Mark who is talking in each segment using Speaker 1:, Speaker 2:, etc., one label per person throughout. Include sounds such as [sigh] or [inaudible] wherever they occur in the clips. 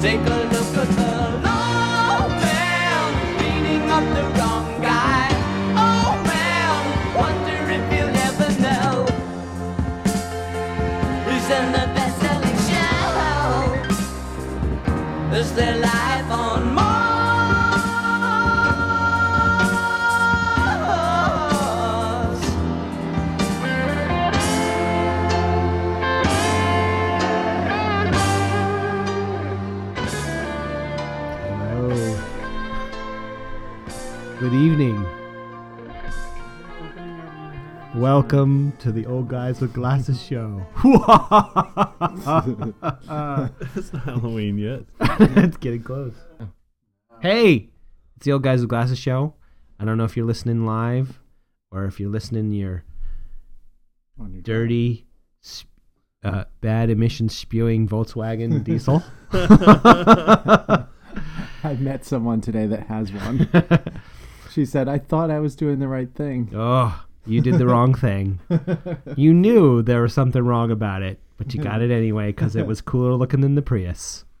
Speaker 1: Take a look at her. Oh man, beating up the wrong guy. Oh man, wonder if you'll ever know who's in the best-selling show. Is their life on Mars?
Speaker 2: Hello. Oh. Good evening. Welcome to the Old Guys with Glasses show. [laughs]
Speaker 3: It's not Halloween yet.
Speaker 2: it's getting close. Hey, it's the Old Guys with Glasses show. I don't know if you're listening live or if you're listening your
Speaker 4: on your
Speaker 2: dirty, sp- uh, bad emission spewing Volkswagen diesel.
Speaker 4: [laughs] I met someone today that has
Speaker 2: [laughs]
Speaker 4: one. she said, I thought I was doing the right thing.
Speaker 2: Oh, you did the wrong thing. You knew there was something wrong about it, but you got it anyway because it was cooler looking than the Prius.
Speaker 3: [laughs]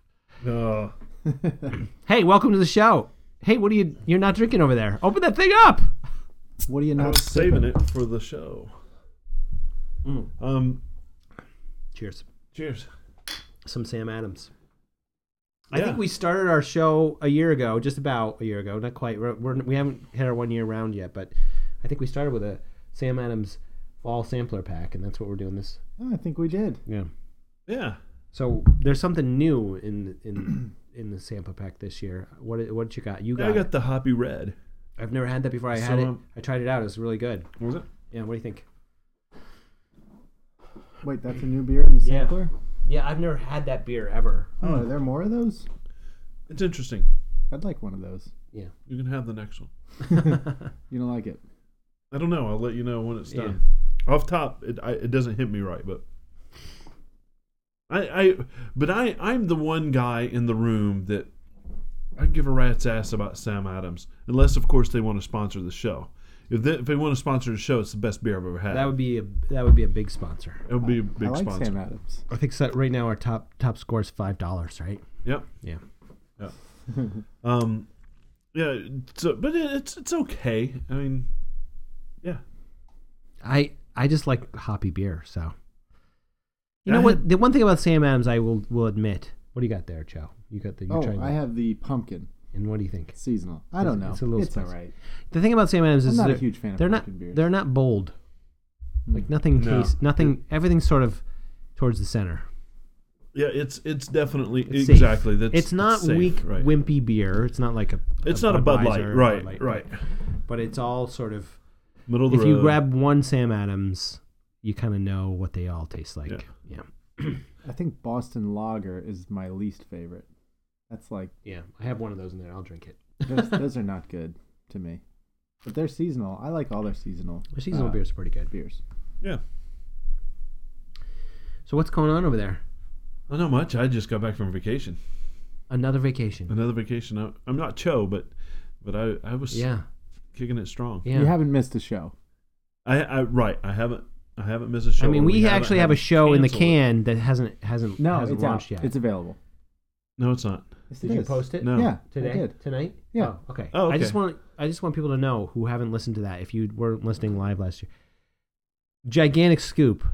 Speaker 3: No.
Speaker 2: Hey, welcome to the show. Hey, what are you? You're not drinking over there. Open that thing up.
Speaker 4: What are you
Speaker 3: I
Speaker 4: not
Speaker 3: was saving it for the show. Um,
Speaker 2: Cheers.
Speaker 3: cheers.
Speaker 2: Some Sam Adams. I
Speaker 3: Yeah.
Speaker 2: think we started our show a year ago, just about a year ago. Not quite. We're, we're, we haven't hit our one year round yet, but I think we started with a Sam Adams fall sampler pack, and that's what we're doing this.
Speaker 4: Oh, I think we did.
Speaker 2: Yeah.
Speaker 3: Yeah.
Speaker 2: So there's something new in in [clears throat] in the sampler pack this year. What what you got? You got,
Speaker 3: I got the hoppy red.
Speaker 2: it. I've never had that before. I had
Speaker 3: So,
Speaker 2: it.
Speaker 3: um,
Speaker 2: I tried it out. It was really good.
Speaker 3: What was it?
Speaker 2: Yeah. What do you think?
Speaker 4: Wait, that's a new beer in the
Speaker 2: Yeah.
Speaker 4: sampler?
Speaker 2: Yeah, I've never had that beer ever.
Speaker 4: Oh,
Speaker 3: Hmm.
Speaker 4: are there more of those?
Speaker 3: It's interesting.
Speaker 4: I'd like one of those.
Speaker 3: You can have the next one.
Speaker 4: You don't like it?
Speaker 3: I don't know. I'll let you know when it's
Speaker 2: Yeah.
Speaker 3: done. Off top, it I, it doesn't hit me right, but I I but I I'm the one guy in the room that I give a rat's ass about Sam Adams, unless of course they want to sponsor the show. If they, if they want to sponsor the show, it's the best beer I've ever had.
Speaker 2: That would be a that would be a big sponsor.
Speaker 3: it would be a big
Speaker 4: I like
Speaker 3: sponsor.
Speaker 4: Sam Adams.
Speaker 2: I think so, right now our top top score is five dollars, right?
Speaker 3: Yep.
Speaker 2: Yeah.
Speaker 3: Yeah. um, yeah. So, but it, it's it's okay. I mean, yeah.
Speaker 2: I I just like hoppy beer, so. You
Speaker 3: I
Speaker 2: know what?
Speaker 3: had-
Speaker 2: The one thing about Sam Adams, I will will admit. What do you got there, Joe? You got the you
Speaker 4: Oh,
Speaker 2: tried
Speaker 4: I
Speaker 2: that.
Speaker 4: have the pumpkin
Speaker 2: and what do you think?
Speaker 4: seasonal. I don't know.
Speaker 2: It's a little
Speaker 4: all
Speaker 2: spicy.
Speaker 4: right.
Speaker 2: The thing about Sam Adams
Speaker 4: I'm
Speaker 2: is
Speaker 4: not a
Speaker 2: they're-
Speaker 4: huge fan of
Speaker 2: they're not
Speaker 4: pumpkin beers. Hmm.
Speaker 2: they're not bold. Like nothing
Speaker 3: No.
Speaker 2: tastes nothing. Everything's sort of towards the center.
Speaker 3: Yeah, it's it's definitely
Speaker 2: It's safe.
Speaker 3: exactly that's
Speaker 2: it's not
Speaker 3: safe,
Speaker 2: weak,
Speaker 3: right.
Speaker 2: wimpy beer. It's not like a.
Speaker 3: It's not a Bud Light,
Speaker 2: Budweiser or a
Speaker 3: right?
Speaker 2: Bud Light,
Speaker 3: right,
Speaker 2: But it's all sort of.
Speaker 3: middle of the
Speaker 2: If you
Speaker 3: road.
Speaker 2: grab one Sam Adams, you kind of know what they all taste like.
Speaker 3: Yeah.
Speaker 2: yeah.
Speaker 4: I think Boston Lager is my least favorite. That's like,
Speaker 2: Yeah, I have one of those in there. I'll drink
Speaker 4: [laughs]
Speaker 2: it.
Speaker 4: those, those are not good to me. But they're seasonal. I like all their seasonal
Speaker 2: The seasonal
Speaker 4: uh,
Speaker 2: beers are pretty good.
Speaker 4: beers.
Speaker 3: yeah,
Speaker 2: So what's going on over there?
Speaker 3: I know much. I just got back from vacation.
Speaker 2: Another vacation.
Speaker 3: Another vacation. I, I'm not Cho, but but I I was
Speaker 2: Yeah,
Speaker 3: kicking it strong.
Speaker 2: yeah.
Speaker 4: You haven't missed a show.
Speaker 3: I, I right. I haven't I haven't missed a show.
Speaker 2: I mean,
Speaker 3: or
Speaker 2: we,
Speaker 3: haven't
Speaker 2: actually
Speaker 3: had
Speaker 2: have a
Speaker 3: to
Speaker 2: show in the
Speaker 3: cancel it.
Speaker 2: can that hasn't hasn't
Speaker 4: No,
Speaker 2: hasn't
Speaker 4: it's out.
Speaker 2: launched yet.
Speaker 4: It's available.
Speaker 3: No, it's not.
Speaker 4: Yes,
Speaker 2: Did
Speaker 4: it
Speaker 2: you
Speaker 4: is.
Speaker 2: post it?
Speaker 3: No.
Speaker 4: Yeah,
Speaker 2: today,
Speaker 4: I did.
Speaker 2: tonight.
Speaker 4: Yeah.
Speaker 2: Oh, okay.
Speaker 3: Oh,
Speaker 2: I just
Speaker 3: okay.
Speaker 2: want I just want people to know who haven't listened to that. If you weren't listening live last year, gigantic scoop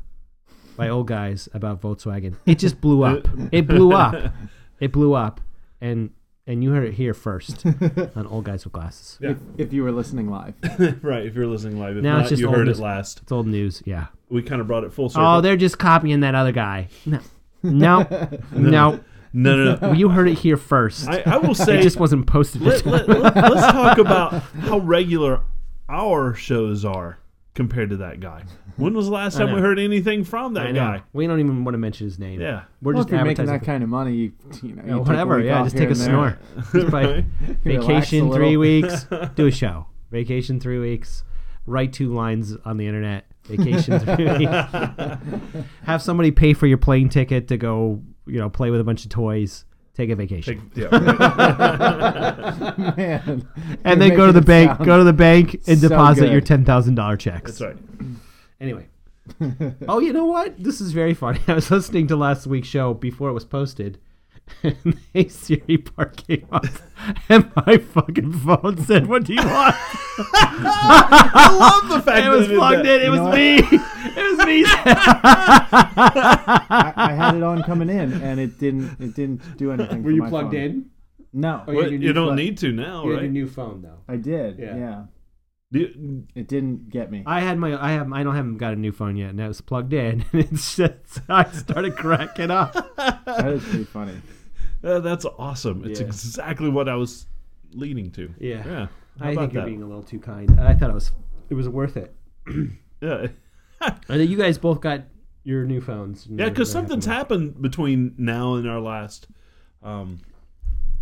Speaker 2: by old guys about Volkswagen. It just
Speaker 4: [laughs]
Speaker 2: blew up. it blew up. It blew up, and and you heard it here first on old guys with glasses.
Speaker 3: Yeah.
Speaker 4: If you were listening live,
Speaker 3: [laughs] right. If you're listening live, if
Speaker 2: Now
Speaker 3: not,
Speaker 2: it's just
Speaker 3: you
Speaker 2: old
Speaker 3: heard
Speaker 2: news.
Speaker 3: it last.
Speaker 2: It's old news. Yeah.
Speaker 3: We kind of brought it full circle.
Speaker 2: Oh, they're just copying that other guy. No, no,
Speaker 4: [laughs]
Speaker 2: no.
Speaker 3: no, no,
Speaker 2: [laughs]
Speaker 3: no.
Speaker 2: You heard it here first.
Speaker 3: I, I will say
Speaker 2: it just wasn't posted.
Speaker 3: let, let, let, us talk about how regular our shows are compared to that guy. When was the last
Speaker 2: I
Speaker 3: time we
Speaker 2: know.
Speaker 3: heard anything from
Speaker 2: I
Speaker 3: that
Speaker 2: know.
Speaker 3: guy?
Speaker 2: We don't even want to mention his name.
Speaker 3: Yeah.
Speaker 2: We're
Speaker 4: well,
Speaker 2: just
Speaker 4: if you're making
Speaker 2: advertising.
Speaker 4: that kind of money, you, you know, you
Speaker 2: Yeah,
Speaker 4: take a
Speaker 2: whatever.
Speaker 4: week
Speaker 2: Yeah,
Speaker 4: off
Speaker 2: just
Speaker 4: here
Speaker 2: take a
Speaker 4: and there. [laughs]
Speaker 2: snore. Just probably
Speaker 4: Relax a
Speaker 2: vacation
Speaker 4: [laughs]
Speaker 2: three
Speaker 4: little.
Speaker 2: weeks, do a show. Vacation three weeks, write two lines on the internet. Vacation three
Speaker 4: [laughs]
Speaker 2: weeks. Have somebody pay for your plane ticket to go, you know, play with a bunch of toys. Take a vacation.
Speaker 3: Like, yeah.
Speaker 2: [laughs]
Speaker 4: [laughs] Man,
Speaker 2: and
Speaker 4: you're
Speaker 2: then go to the
Speaker 4: making it
Speaker 2: bank,
Speaker 4: sound-
Speaker 2: go to the bank and
Speaker 4: so
Speaker 2: deposit
Speaker 4: good.
Speaker 2: your ten thousand dollar checks.
Speaker 3: That's right.
Speaker 2: [laughs] Anyway. [laughs] oh, you know what? This is very funny. I was listening to last week's show before it was posted, [laughs] And hey Siri part came up, [laughs] and my fucking phone said, "What do you [laughs] want?"
Speaker 3: I love the fact
Speaker 2: it
Speaker 3: that
Speaker 2: was
Speaker 3: they did
Speaker 2: plugged in.
Speaker 3: that.
Speaker 2: It
Speaker 4: know
Speaker 2: was
Speaker 4: what?
Speaker 2: me. [laughs] It was me.
Speaker 4: [laughs]
Speaker 2: [laughs]
Speaker 4: [laughs] I, I had it on coming in, and it didn't. It didn't [laughs] do anything.
Speaker 2: Were
Speaker 4: for
Speaker 2: you
Speaker 4: my
Speaker 2: plugged
Speaker 4: phone.
Speaker 2: in?
Speaker 4: No,
Speaker 2: Oh,
Speaker 3: Well,
Speaker 2: You
Speaker 3: you don't
Speaker 2: plug-
Speaker 3: need to now,
Speaker 2: You had
Speaker 3: right?
Speaker 2: a new phone though.
Speaker 4: I did.
Speaker 2: Yeah.
Speaker 4: Yeah.
Speaker 3: Do you-
Speaker 4: it didn't get me.
Speaker 2: I had my I have I don't haven't got a new phone yet, and it was plugged in, [laughs] and it's just I started cracking [laughs] up.
Speaker 4: that is pretty funny.
Speaker 3: uh, that's awesome. It's
Speaker 2: Yeah.
Speaker 3: exactly what I was leading to.
Speaker 2: Yeah.
Speaker 3: Yeah. How
Speaker 2: I
Speaker 3: about
Speaker 2: think you're
Speaker 3: that?
Speaker 2: being a little too kind. I thought it was it was worth it.
Speaker 3: yeah.
Speaker 2: I know you guys both got your new phones. and
Speaker 3: Yeah,
Speaker 2: they're-
Speaker 3: because
Speaker 2: they're
Speaker 3: something's
Speaker 2: happy.
Speaker 3: happened between now and our last, um,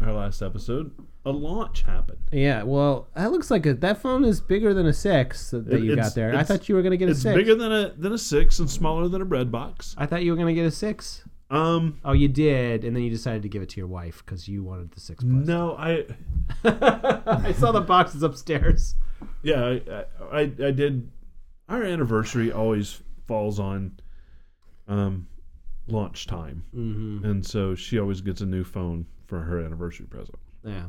Speaker 3: our last episode. A launch happened.
Speaker 2: Yeah, well, that looks like a, that phone is bigger than a six that, that
Speaker 3: It-
Speaker 2: you
Speaker 3: it's-
Speaker 2: got there. I
Speaker 3: it's-
Speaker 2: thought you were gonna get a
Speaker 3: It's
Speaker 2: six.
Speaker 3: bigger than a than a six and smaller than a bread box.
Speaker 2: I thought you were gonna get a six.
Speaker 3: Um,
Speaker 2: Oh, you did, and then you decided to give it to your wife because you wanted the six.
Speaker 3: [laughs]
Speaker 2: Plus.
Speaker 3: no, I
Speaker 2: I saw the boxes upstairs.
Speaker 3: yeah, I, I I I did. Our anniversary always falls on, um, launch time,
Speaker 2: Mm-hmm.
Speaker 3: and so she always gets a new phone for her anniversary present,
Speaker 2: Yeah,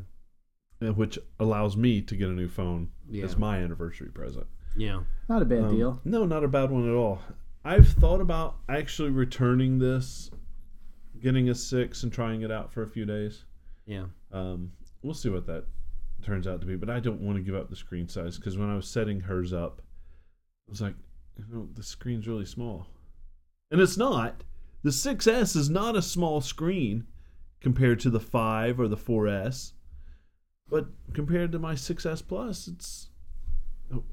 Speaker 3: uh, which allows me to get a new phone
Speaker 2: Yeah.
Speaker 3: as my anniversary present.
Speaker 2: yeah.
Speaker 4: Not a bad
Speaker 3: Um,
Speaker 4: deal.
Speaker 3: No, not a bad one at all. I've thought about actually returning this, getting a six and trying it out for a few days.
Speaker 2: Yeah.
Speaker 3: Um, we'll see what that turns out to be. But I don't want to give up the screen size because when I was setting hers up, I was like, you know, the screen's really small. And it's not. The 6S is not a small screen compared to the 5 or the 4S. But compared to my 6S Plus, it's.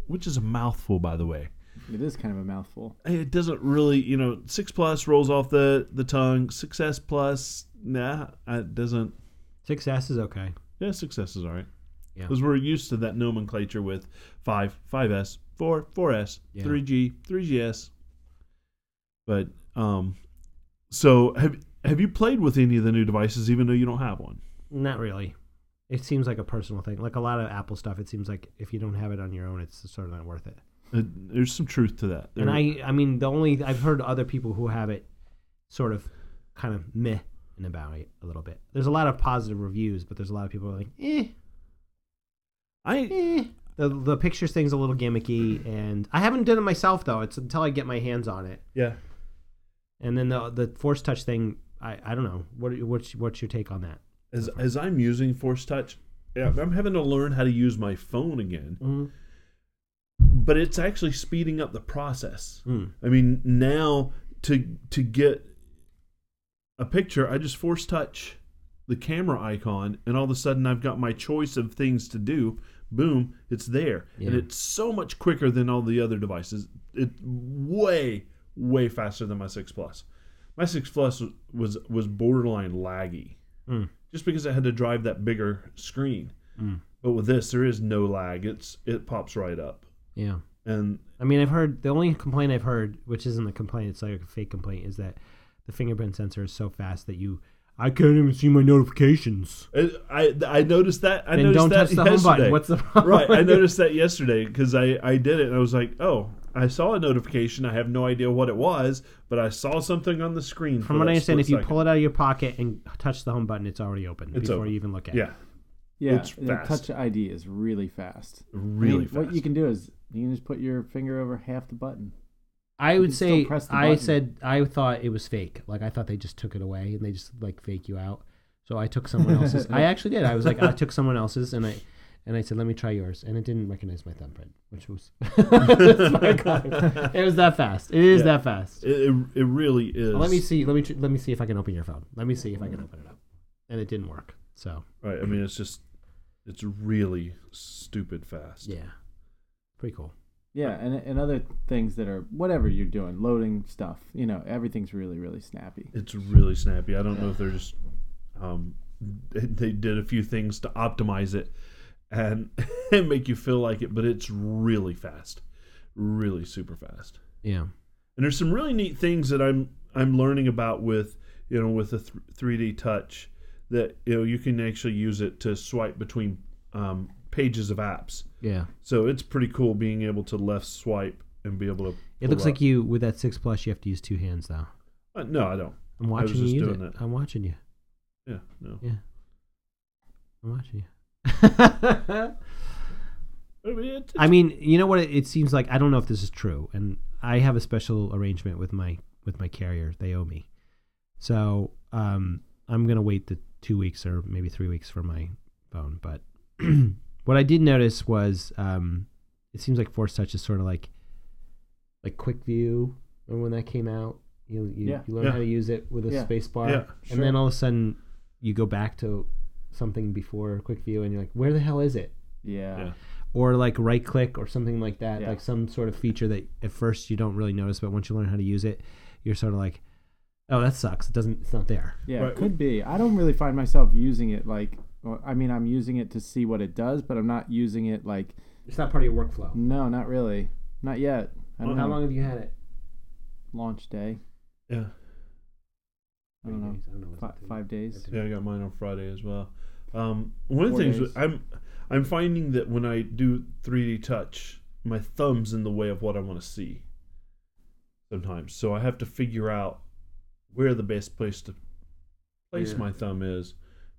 Speaker 3: Which is a mouthful, by the way
Speaker 4: It is kind of a mouthful.
Speaker 3: it doesn't really you know six plus rolls off the the tongue success plus nah it doesn't
Speaker 2: Six S is okay.
Speaker 3: yeah success is all right
Speaker 2: Yeah.
Speaker 3: because we're used to that nomenclature with 5 5s 4 4s
Speaker 2: Yeah.
Speaker 3: 3g 3gs but um so have have you played with any of the new devices even though you don't have one
Speaker 2: Not really. It seems like a personal thing. Like a lot of Apple stuff, it seems like if you don't have it on your own, it's sort of not worth it.
Speaker 3: Uh, there's some truth to that
Speaker 2: And
Speaker 3: There-
Speaker 2: I, I mean, the only I've heard other people who have it, sort of, kind of meh and about it a little bit. There's a lot of positive reviews, but there's a lot of people who are like, eh,
Speaker 3: I
Speaker 2: eh. The the pictures thing's a little gimmicky, and I haven't done it myself though. It's until I get my hands on it,
Speaker 3: yeah
Speaker 2: and then the the force touch thing. I, I don't know. What what's what's your take on that?
Speaker 3: as as I'm using force touch yeah, I'm having to learn how to use my phone again
Speaker 2: Mm-hmm.
Speaker 3: but it's actually speeding up the process. I mean, now to to get a picture, I just force touch the camera icon, and all of a sudden I've got my choice of things to do. Boom, it's there, and
Speaker 2: Yeah.
Speaker 3: it's so much quicker than all the other devices. It's way way faster than my six plus. My six plus was was borderline laggy,
Speaker 2: Mm.
Speaker 3: just because I had to drive that bigger screen.
Speaker 2: Mm.
Speaker 3: But with this, there is no lag. It's it pops right up.
Speaker 2: Yeah.
Speaker 3: And
Speaker 2: I mean, I've heard the only complaint I've heard, which isn't a complaint, it's like a fake complaint, is that the fingerprint sensor is so fast that you I can't even see my notifications.
Speaker 3: I I- I noticed that. I
Speaker 2: Then
Speaker 3: noticed
Speaker 2: don't
Speaker 3: that
Speaker 2: touch the home
Speaker 3: yesterday.
Speaker 2: button. What's the problem?
Speaker 3: right?
Speaker 2: [laughs]
Speaker 3: I noticed that yesterday because I I did it and I was like, oh, I saw a notification. I have no idea what it was, but I saw something on the screen.
Speaker 2: From what I understand, if you pull it out of your pocket and touch the home button, it's already open
Speaker 3: It's
Speaker 2: before
Speaker 3: open.
Speaker 2: you even look at it.
Speaker 3: yeah,
Speaker 4: Yeah,
Speaker 3: It's
Speaker 4: the
Speaker 3: fast.
Speaker 4: touch ID is really fast. I mean,
Speaker 3: really fast.
Speaker 4: What you can do is you can just put your finger over half the button.
Speaker 2: I would
Speaker 4: can still
Speaker 2: say
Speaker 4: press the
Speaker 2: I
Speaker 4: button.
Speaker 2: said I thought it was fake. Like I thought they just took it away and they just like fake you out. So I took someone else's. I actually did. I was like I took someone else's and I and I said let me try yours and it didn't recognize my thumbprint, which was [laughs] it was that fast. It is
Speaker 3: Yeah.
Speaker 2: that fast.
Speaker 3: it, it, it really is.
Speaker 2: Let me see. Let me tr- let me see if I can open your phone. Let me see if I can open it up. And it didn't work. So
Speaker 3: Right. I mean, it's just it's really stupid fast.
Speaker 2: yeah, pretty cool.
Speaker 4: Yeah, and and other things that are whatever you're doing, loading stuff. You know, everything's really really snappy.
Speaker 3: It's really snappy. I don't know if they're just um, they- they did a few things to optimize it and [laughs] and make you feel like it, but it's really fast, really super fast.
Speaker 2: Yeah.
Speaker 3: And there's some really neat things that I'm I'm learning about with you know with the th- 3D touch that you know you can actually use it to swipe between um, pages of apps.
Speaker 2: Yeah.
Speaker 3: So it's pretty cool being able to left swipe and be able to.
Speaker 2: It looks like you with that six plus. You have to use two hands though.
Speaker 3: Uh, no, I don't.
Speaker 2: I'm
Speaker 3: was
Speaker 2: watching
Speaker 3: just
Speaker 2: you use
Speaker 3: doing
Speaker 2: it.
Speaker 3: it.
Speaker 2: I'm watching you.
Speaker 3: Yeah, no.
Speaker 2: Yeah. I'm watching you. [laughs]
Speaker 3: I mean, it-
Speaker 2: I mean, you know what? It, it seems like I don't know if this is true, and I have a special arrangement with my with my carrier. They owe me, so um, I'm gonna wait the two weeks or maybe three weeks for my phone. But [clears throat] what I did notice was um, it seems like Force Touch is sort of like like Quick View. Remember when that came out? You you,
Speaker 4: Yeah.
Speaker 2: you learn
Speaker 3: Yeah.
Speaker 2: how to use it with a
Speaker 4: Yeah.
Speaker 2: space bar,
Speaker 3: Yeah,
Speaker 2: and then all of a sudden you go back to something before Quick View, and you're like, where the hell is it?
Speaker 4: Yeah.
Speaker 3: Yeah.
Speaker 2: or like right click or something like that,
Speaker 4: Yeah.
Speaker 2: like some sort of feature that at first you don't really notice, but once you learn how to use it, you're sort of like, oh, that sucks. It doesn't. It's not there.
Speaker 4: Yeah,
Speaker 3: Right.
Speaker 4: it could be. I don't really find myself using it like. Well, I mean, I'm using it to see what it does, but I'm not using it like.
Speaker 2: It's not part of your workflow.
Speaker 4: No, not really. Not yet. I don't
Speaker 2: How
Speaker 4: know.
Speaker 2: long have you had it?
Speaker 4: Launch day.
Speaker 3: yeah,
Speaker 4: I don't know.
Speaker 2: I don't know what's
Speaker 4: Fi
Speaker 2: up to you.
Speaker 4: five days.
Speaker 3: yeah, I got mine on Friday as well. Um, one of
Speaker 4: Four
Speaker 3: the things
Speaker 4: days.
Speaker 3: I'm I'm finding that when I do 3D touch, my thumb's in the way of what I want to see. Sometimes, so I have to figure out where the best place to place
Speaker 2: Yeah.
Speaker 3: my thumb is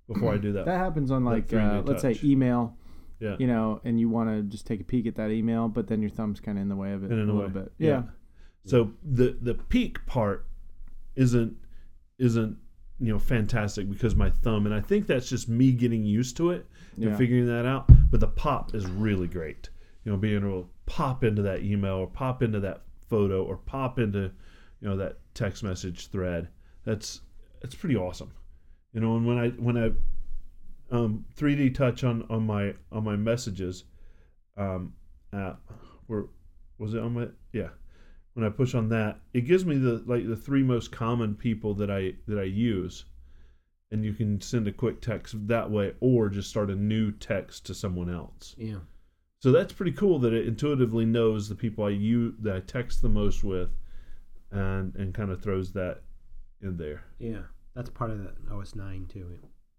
Speaker 3: before I do that.
Speaker 4: That happens on like,
Speaker 3: 3D
Speaker 4: uh, let's say
Speaker 3: touch.
Speaker 4: email,
Speaker 3: yeah,
Speaker 4: you know, and you want to just take a peek at that email, but then your thumb's kind of in the way of it
Speaker 3: And in the
Speaker 4: a little
Speaker 3: way.
Speaker 4: bit.
Speaker 3: Yeah.
Speaker 4: Yeah.
Speaker 3: So the the peak part isn't isn't you know fantastic because my thumb and I think that's just me getting used to it and
Speaker 4: Yeah.
Speaker 3: figuring that out. But the pop is really great. You know, being able to pop into that email or pop into that photo or pop into you know that text message thread. That's that's pretty awesome. You know, and when I when I um, 3D touch on on my on my messages, um, uh, were was it on my yeah when I push on that, it gives me the like the three most common people that I that I use, and you can send a quick text that way, or just start a new text to someone else.
Speaker 2: Yeah.
Speaker 3: So that's pretty cool that it intuitively knows the people I use that I text the most with, and and kind of throws that in there.
Speaker 2: Yeah. That's part of the OS nine too.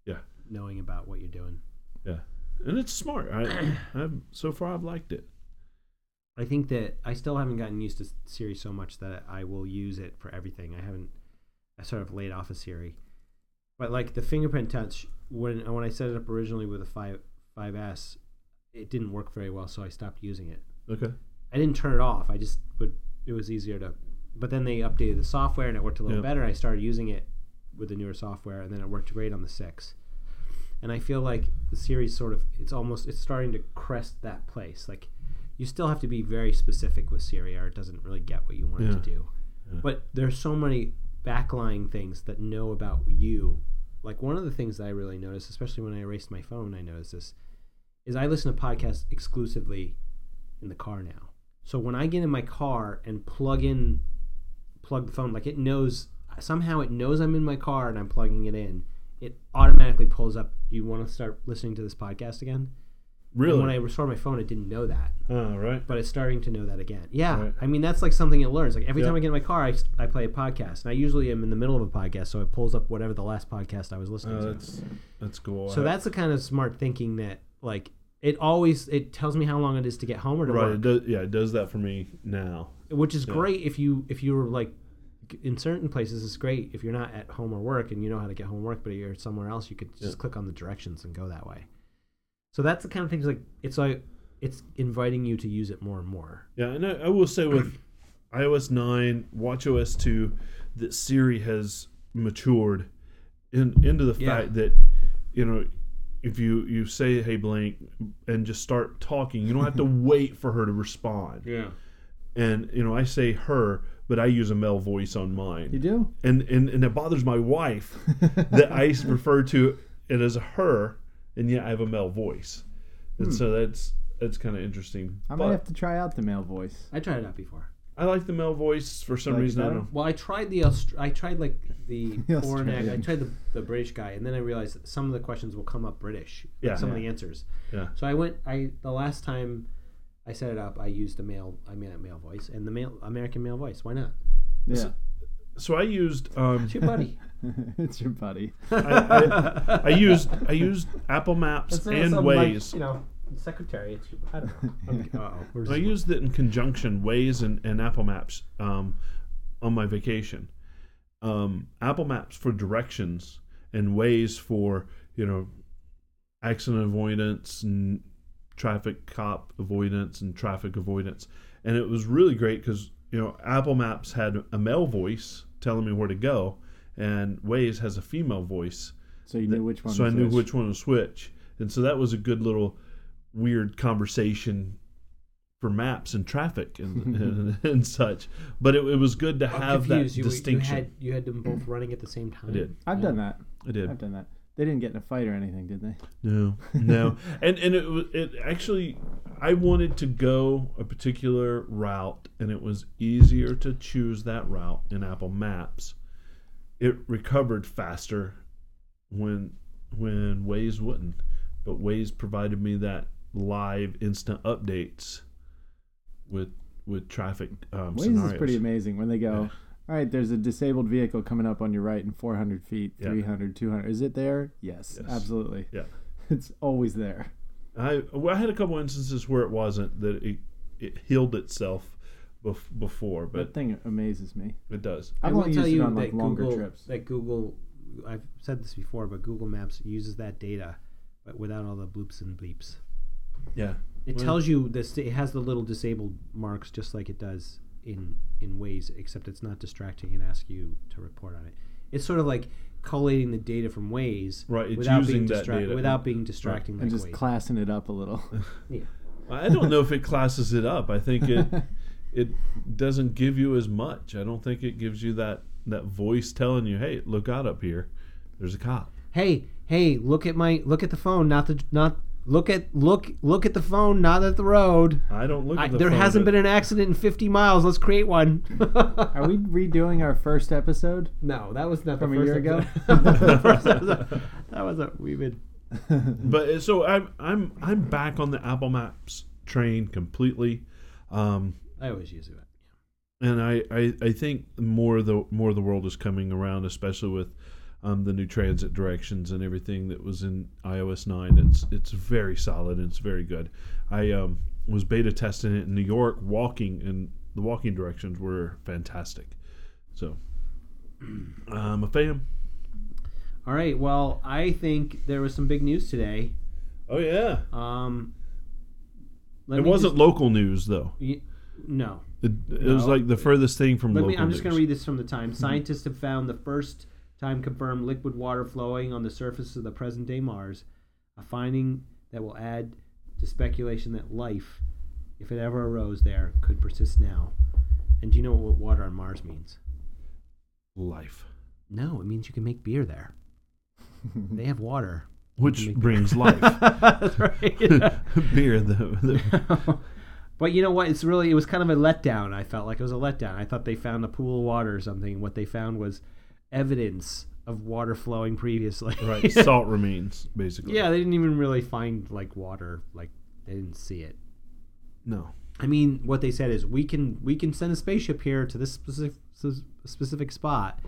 Speaker 3: Yeah.
Speaker 2: Knowing about what you're doing.
Speaker 3: And it's smart. I I've, so far I've liked it.
Speaker 2: I think that I still haven't gotten used to Siri so much that I will use it for everything. I haven't. I sort of laid off of Siri, but like the fingerprint touch when when I set it up originally with a five 5S, it didn't work very well, so I stopped using it.
Speaker 3: Okay.
Speaker 2: I didn't turn it off. I just would. It was easier to. But then they updated the software and it worked a little
Speaker 3: Yeah.
Speaker 2: better. And I started using it with the newer software, and then it worked great on the six. And I feel like the series sort of it's almost it's starting to crest that place. Like you still have to be very specific with Siri, or it doesn't really get what you want it
Speaker 3: Yeah.
Speaker 2: to do.
Speaker 3: Yeah.
Speaker 2: But there's so many backline things that know about you. Like one of the things that I really noticed, especially when I erased my phone, I noticed this, is I listen to podcasts exclusively in the car now. So when I get in my car and plug in, plug the phone, like it knows somehow it knows I'm in my car and I'm plugging it in. It automatically pulls up. Do you want to start listening to this podcast again? And
Speaker 3: Really.
Speaker 2: when I restored my phone, it didn't know that,
Speaker 3: uh, right.
Speaker 2: but it's starting to know that again. Yeah,
Speaker 3: Right.
Speaker 2: I mean that's like something it learns. Like every
Speaker 3: Yeah.
Speaker 2: time I get in my car, I, I play a podcast, and I usually am in the middle of a podcast, so it pulls up whatever the last podcast I was listening
Speaker 3: Uh,
Speaker 2: to.
Speaker 3: that's that's cool.
Speaker 2: So
Speaker 3: I-
Speaker 2: that's the kind of smart thinking that like it always it tells me how long it is to get home or to
Speaker 3: right.
Speaker 2: work.
Speaker 3: It does, yeah, it does that for me now.
Speaker 2: which is great if you if you were like in certain places it's great if you're not at home or work and you know how to get home or work but you're somewhere else you could just click on the directions and go that way so that's the kind of things like it's like it's inviting you to use it more and more
Speaker 3: Yeah, and I, I will say with [clears throat] iOS 9, WatchOS 2, that Siri has matured in, into the
Speaker 2: Yeah.
Speaker 3: fact that, you know, if you, you say, hey, blank, and just start talking, you don't
Speaker 2: [laughs]
Speaker 3: have to wait for her to respond.
Speaker 2: yeah
Speaker 3: And, you know, I say her, but I use a male voice on mine
Speaker 4: You do?
Speaker 3: and and and it bothers my wife that
Speaker 4: [laughs]
Speaker 3: I refer to it as a her, and yet I have a male voice, and so that's that's kind of interesting.
Speaker 4: Hmm. I
Speaker 3: I,
Speaker 4: might
Speaker 3: but
Speaker 4: have to try out the male voice.
Speaker 2: i tried it out before
Speaker 3: I like the male voice for some
Speaker 4: Like
Speaker 3: reason. I
Speaker 4: better?
Speaker 3: don't know.
Speaker 2: well i tried the Aust- i tried like the
Speaker 4: The
Speaker 2: foreign ac- i
Speaker 4: Australian.
Speaker 2: tried the, the british guy and then i realized that some of the questions will come up british like
Speaker 3: Yeah.
Speaker 2: some of
Speaker 4: Yeah.
Speaker 2: the answers
Speaker 3: Yeah.
Speaker 2: so i went i the last time i set it up i used a male i mean a male voice and the male american male voice why not
Speaker 4: Yeah.
Speaker 3: So I used um,
Speaker 2: it's your [laughs] buddy
Speaker 4: [laughs] it's your buddy.
Speaker 3: I, I, I used I used Apple Maps and Waze.
Speaker 2: you know, secretary. It's, I don't
Speaker 3: [laughs]
Speaker 2: know.
Speaker 3: I used it in conjunction Waze and, and Apple Maps um, on my vacation. Um, Apple Maps for directions, and ways for you know accident avoidance and traffic cop avoidance and traffic avoidance and it was really great because you know apple maps had a male voice telling me where to go and Waze has a female voice
Speaker 4: So you knew which one.
Speaker 3: so
Speaker 4: was
Speaker 3: I knew
Speaker 4: which.
Speaker 3: which one was which. And so that was a good little weird conversation for maps and traffic
Speaker 4: [laughs]
Speaker 3: and, and, and such. But it, it was good to have that
Speaker 2: you,
Speaker 3: distinction.
Speaker 2: You had, you had them
Speaker 3: [clears throat]
Speaker 2: both running at the same time.
Speaker 3: I did.
Speaker 4: I've done that.
Speaker 3: I did.
Speaker 4: I've done that. They didn't get in a fight or anything, did they?
Speaker 3: No, no, [laughs] and and it wa- it actually, I wanted to go a particular route, and it was easier to choose that route in Apple Maps. It recovered faster when when Waze wouldn't, but Waze provided me that live instant updates with with traffic um,
Speaker 4: Waze
Speaker 3: scenarios.
Speaker 4: is pretty amazing when they go, all right, there's a disabled vehicle coming up on your right in 400 feet,
Speaker 3: Yeah.
Speaker 4: 300, 200. Is it there? Yes,
Speaker 3: Yes.
Speaker 4: absolutely.
Speaker 3: Yeah.
Speaker 4: [laughs] It's always there.
Speaker 3: I well, I had a couple instances where it wasn't that it it healed itself bef- before,
Speaker 4: That
Speaker 3: but
Speaker 4: thing amazes me.
Speaker 3: it does.
Speaker 4: I've
Speaker 2: I will
Speaker 4: only
Speaker 2: tell
Speaker 4: used
Speaker 2: you
Speaker 4: it on
Speaker 2: that
Speaker 4: like longer
Speaker 2: Google,
Speaker 4: trips.
Speaker 2: That Google, I've said this before, but Google Maps uses that data, but without all the bloops and bleeps.
Speaker 3: Yeah.
Speaker 2: It
Speaker 3: Well-
Speaker 2: tells you this. It has the little disabled marks, just like it does in in ways, except it's not distracting and asks you to report on it. It's sort of like collating the data from Waze,
Speaker 3: Right, it's
Speaker 2: without being
Speaker 3: using that data. Mm.
Speaker 2: without being distracting.
Speaker 4: I'm
Speaker 2: Like
Speaker 4: just
Speaker 2: Waze.
Speaker 4: classing it up
Speaker 2: [laughs]
Speaker 4: a little.
Speaker 3: I don't know if it classes it up. I
Speaker 2: [laughs]
Speaker 3: think it it doesn't give you as much. I don't think it gives you that that voice telling you, "Hey, look out up here. There's a cop."
Speaker 2: hey, hey, look at my look at the phone, not the not look at look look at the phone, not at the road.
Speaker 3: I don't look. At
Speaker 2: I,
Speaker 3: the
Speaker 2: there
Speaker 3: phone,
Speaker 2: hasn't
Speaker 3: but
Speaker 2: been an accident in 50 miles. Let's create one. [laughs]
Speaker 4: Are we redoing our first episode?
Speaker 2: no, that was not
Speaker 4: From a
Speaker 2: the first
Speaker 4: year ago?
Speaker 2: episode. [laughs] The first episode- that was a we've been
Speaker 3: But uh, so I'm I'm I'm back on the Apple Maps train completely, um,
Speaker 2: I always use it.
Speaker 3: and I, I I think more of the more of the world is coming around, especially with. Um, the new transit directions and everything that was in iOS nine. It's it's very solid and it's very good. I um, was beta testing it in New York, walking, and the walking directions were fantastic. So I'm a fan.
Speaker 2: All right. Well, I think there was some big news today.
Speaker 3: Oh yeah,
Speaker 2: Um let
Speaker 3: it
Speaker 2: me
Speaker 3: wasn't local news though.
Speaker 2: just- y- no.
Speaker 3: It, it was
Speaker 2: No.
Speaker 3: like the furthest thing from
Speaker 2: Let me,
Speaker 3: local
Speaker 2: I'm just
Speaker 3: news.
Speaker 2: going to read this from the Times. Scientists have found the first time confirmed liquid water flowing on the surface of the present day Mars, a finding that will add to speculation that life, if it ever arose there, could persist now. And do you know what water on Mars means?
Speaker 3: life,
Speaker 2: No, it means you can make beer [laughs] there. they have water.
Speaker 3: which
Speaker 2: Make-
Speaker 3: brings
Speaker 2: [laughs]
Speaker 3: life.
Speaker 2: That's right. [laughs]
Speaker 3: Beer though.
Speaker 2: but you know what? It's really it was kind of a letdown. I felt like it was a letdown. I thought they found a pool of water or something. What they found was evidence of water flowing previously.
Speaker 3: [laughs] right, salt remains
Speaker 2: [laughs]
Speaker 3: basically.
Speaker 2: yeah, they didn't even really find like water. Like they didn't see it.
Speaker 3: No.
Speaker 2: I mean, what they said is we can we can send a spaceship here to this specific s- specific spot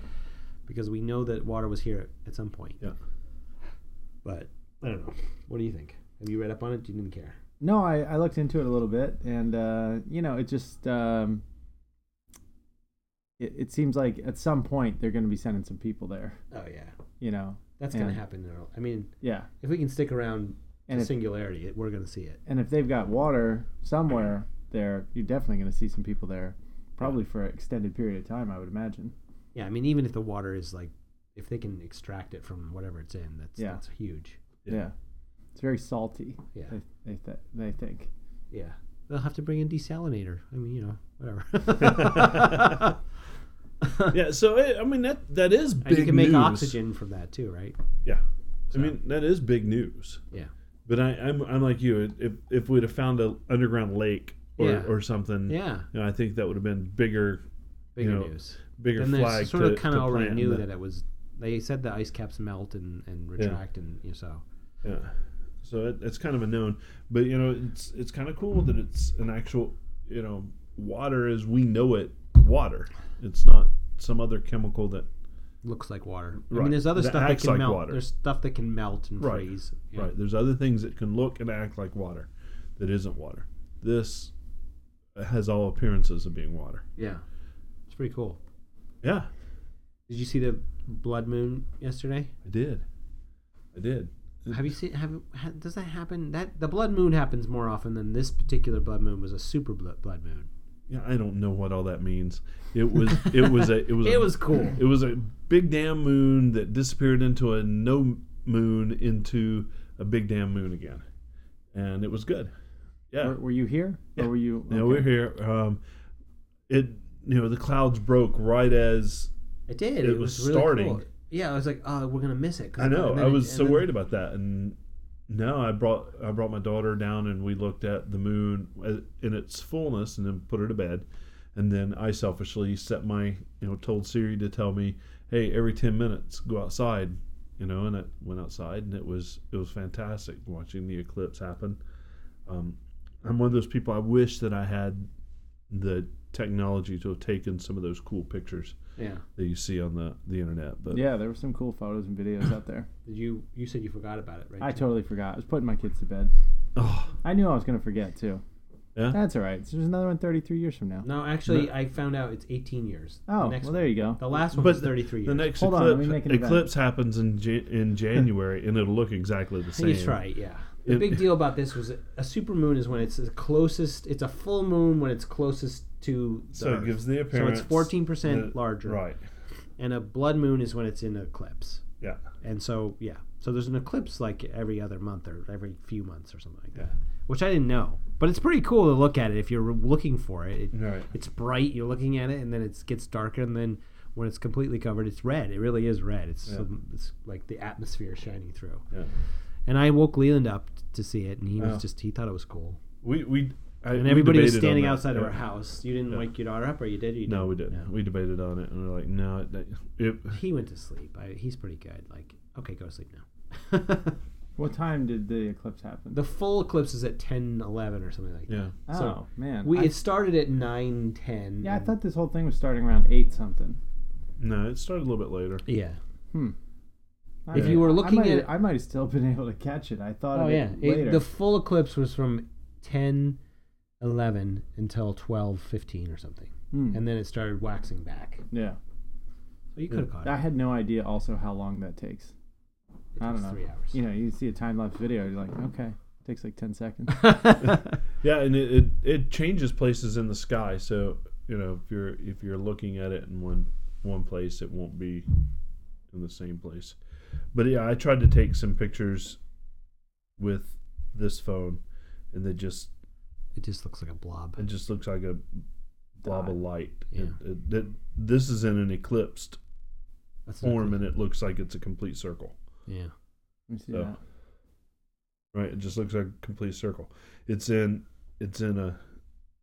Speaker 2: because we know that water was here at some point.
Speaker 3: Yeah.
Speaker 2: But I don't know. What do you think? Have you read up on it? You didn't care.
Speaker 4: No, I, I looked into it a little bit, and uh, you know, it just um, it, it seems like at some point they're going to be sending some people there.
Speaker 2: Oh yeah,
Speaker 4: You know,
Speaker 2: that's gonna
Speaker 4: Yeah.
Speaker 2: happen. Earl. I mean,
Speaker 4: yeah.
Speaker 2: if we can stick around
Speaker 4: And
Speaker 2: to
Speaker 4: if-
Speaker 2: singularity, it- we're going to see it.
Speaker 4: And if they've got water somewhere there, you're definitely going to see some people there, probably for an extended period of time, I would imagine.
Speaker 2: Yeah, I mean, even if the water is like, if they can extract it from whatever it's in, that's
Speaker 4: Yeah.
Speaker 2: that's huge.
Speaker 3: Yeah.
Speaker 4: Yeah, it's very salty.
Speaker 2: Yeah,
Speaker 4: They they, th- they think.
Speaker 2: yeah. They'll have to bring in desalinator. I mean, you know, whatever.
Speaker 3: [laughs]
Speaker 2: [laughs]
Speaker 3: Yeah, so I, I mean that that is big
Speaker 2: and you can make
Speaker 3: news.
Speaker 2: oxygen from that too, right?
Speaker 3: Yeah, I mean that is big news.
Speaker 2: Yeah.
Speaker 3: But I, I'm I'm like you. If if we'd have found an underground lake or,
Speaker 2: Yeah.
Speaker 3: or something,
Speaker 2: Yeah,
Speaker 3: you know, I think that would have been bigger
Speaker 2: bigger
Speaker 3: You know,
Speaker 2: news.
Speaker 3: bigger
Speaker 2: Then they
Speaker 3: flag.
Speaker 2: sort
Speaker 3: to,
Speaker 2: of kind
Speaker 3: to
Speaker 2: of already
Speaker 3: plant
Speaker 2: knew
Speaker 3: the-
Speaker 2: that it was. They said the ice caps melt and, and retract, and you know, so
Speaker 3: Yeah. So it, it's kind of a known, but you know, it's it's kind of cool that it's an actual, you know, water as we know it, water. It's not some other chemical that
Speaker 2: looks like water. I
Speaker 3: Right.
Speaker 2: mean, there's other
Speaker 3: That
Speaker 2: stuff that
Speaker 3: acts
Speaker 2: can
Speaker 3: like
Speaker 2: melt.
Speaker 3: water.
Speaker 2: There's stuff that can melt and
Speaker 3: Right.
Speaker 2: freeze. Yeah.
Speaker 3: right. There's other things that can look and act like water, that isn't water. This has all appearances of being water.
Speaker 2: Yeah, it's pretty cool.
Speaker 3: Yeah.
Speaker 2: Did you see the blood moon yesterday?
Speaker 3: I did. I did.
Speaker 2: Have you seen? Have ha, does that happen? That the blood moon happens more often than this particular blood moon was a super blood, blood moon.
Speaker 3: Yeah, I don't know what all that means. It was it was a
Speaker 2: [laughs]
Speaker 3: it was a,
Speaker 2: It was cool.
Speaker 3: It was a big damn moon that disappeared into a no moon into a big damn moon again, and it was good. Yeah,
Speaker 4: Were, were you here? Or were you?
Speaker 3: now we're here. Um, it you know the clouds broke right as
Speaker 2: It did.
Speaker 3: It was starting.
Speaker 2: cool. Yeah, I was like, oh, we're gonna miss it. 'cause
Speaker 3: I
Speaker 2: it-
Speaker 3: know.
Speaker 2: and
Speaker 3: I
Speaker 2: then it-
Speaker 3: was
Speaker 2: and
Speaker 3: so
Speaker 2: then-
Speaker 3: worried about that, and no, I brought I brought my daughter down, and we looked at the moon a- in its fullness, and then put her to bed. And then I selfishly set my you know told Siri to tell me, hey, every ten minutes go outside, you know, and I went outside, and it was it was fantastic watching the eclipse happen. Um, I'm one of those people. I wish that I had the technology to have taken some of those cool pictures
Speaker 2: Yeah.
Speaker 3: that you see on the the internet, but
Speaker 4: Yeah, there were some cool photos and videos out there.
Speaker 2: Did You you said you forgot about it, right?
Speaker 4: I
Speaker 2: Jim?
Speaker 4: totally forgot. I was putting my kids to bed.
Speaker 3: oh,
Speaker 4: I knew I was gonna forget too.
Speaker 3: Yeah?
Speaker 4: That's all right. So there's another one 33 years from now.
Speaker 2: No, actually, I found out it's 18 years. The
Speaker 4: Oh,
Speaker 2: next
Speaker 4: well there you go.
Speaker 2: one- The last one
Speaker 3: But
Speaker 2: was 33 years.
Speaker 3: The next
Speaker 4: Hold on, let
Speaker 3: eclipse,
Speaker 4: me make an event.
Speaker 3: eclipse happens in Jan-
Speaker 2: [laughs]
Speaker 3: in January, and it'll look exactly the same.
Speaker 2: He's right. Yeah. The
Speaker 3: It-
Speaker 2: big deal about this was a super moon is when it's the closest. It's a full moon when it's closest to. The
Speaker 3: So it
Speaker 2: Earth.
Speaker 3: gives the appearance.
Speaker 2: So it's 14 percent
Speaker 3: that-
Speaker 2: larger.
Speaker 3: Right.
Speaker 2: And a blood moon is when it's in eclipse.
Speaker 3: Yeah.
Speaker 2: And so yeah. So there's an eclipse like every other month or every few months or something like
Speaker 3: Yeah.
Speaker 2: that, which I didn't know. But it's pretty cool to look at it if you're looking for it. It-
Speaker 3: Right.
Speaker 2: It's bright. You're looking at it, and then it gets darker, and then when it's completely covered, it's red. It really is red. It's,
Speaker 3: Yeah.
Speaker 2: some, it's like the atmosphere shining through.
Speaker 3: Yeah.
Speaker 2: And I woke Leland up t- to see it, and he
Speaker 3: Oh.
Speaker 2: was just he thought it was cool.
Speaker 3: We we I,
Speaker 2: And
Speaker 3: we
Speaker 2: everybody was
Speaker 3: debated on
Speaker 2: standing
Speaker 3: that.
Speaker 2: outside of
Speaker 3: Yeah.
Speaker 2: our house. You didn't
Speaker 3: Yeah.
Speaker 2: wake your daughter up, or you did? Or you
Speaker 3: No, we didn't.
Speaker 2: No.
Speaker 3: We debated on it, and we are like, no, it, it,
Speaker 2: He went to sleep. I, he's pretty good. Like, okay, go to sleep now. [laughs]
Speaker 4: What time did the eclipse happen?
Speaker 2: the full eclipse is at 10, 11 or something like that.
Speaker 3: yeah.
Speaker 4: oh
Speaker 2: so
Speaker 4: man.
Speaker 2: We
Speaker 4: I-
Speaker 2: it started at nine ten.
Speaker 4: yeah, I thought this whole thing was starting around eight something.
Speaker 3: No, it started a little bit later.
Speaker 2: Yeah.
Speaker 4: I
Speaker 2: If
Speaker 4: may-
Speaker 2: you were
Speaker 4: I
Speaker 2: looking
Speaker 4: might-
Speaker 2: at it-
Speaker 4: I might have still [laughs] been able to catch it. I thought
Speaker 2: Oh
Speaker 4: of
Speaker 2: yeah.
Speaker 4: it
Speaker 2: It-
Speaker 4: later.
Speaker 2: the full eclipse was from 10, 11 until twelve fifteen or something,
Speaker 4: Hmm.
Speaker 2: and then it started waxing back.
Speaker 4: yeah,
Speaker 2: So you could have caught it.
Speaker 4: I had no idea. Also, how long that takes.
Speaker 2: It
Speaker 4: I
Speaker 2: takes
Speaker 4: don't know.
Speaker 2: Three hours.
Speaker 4: You know, you see a time lapse video, you're like, okay, it takes like
Speaker 2: [laughs]
Speaker 4: ten seconds.
Speaker 3: Yeah, and it, it it changes places in the sky. So you know, if you're if you're looking at it in one one place, it won't be in the same place. But yeah, I tried to take some pictures with this phone, and it just
Speaker 2: It just looks like a blob.
Speaker 3: it just looks like a blob of light.
Speaker 2: Yeah.
Speaker 3: It, it, it, this is in an eclipsed
Speaker 2: That's not
Speaker 3: form,
Speaker 2: good.
Speaker 3: and it looks like it's a complete circle.
Speaker 2: Yeah.
Speaker 4: Let me see
Speaker 3: So-
Speaker 4: that.
Speaker 3: Right, it just looks like a complete circle. It's in it's in a,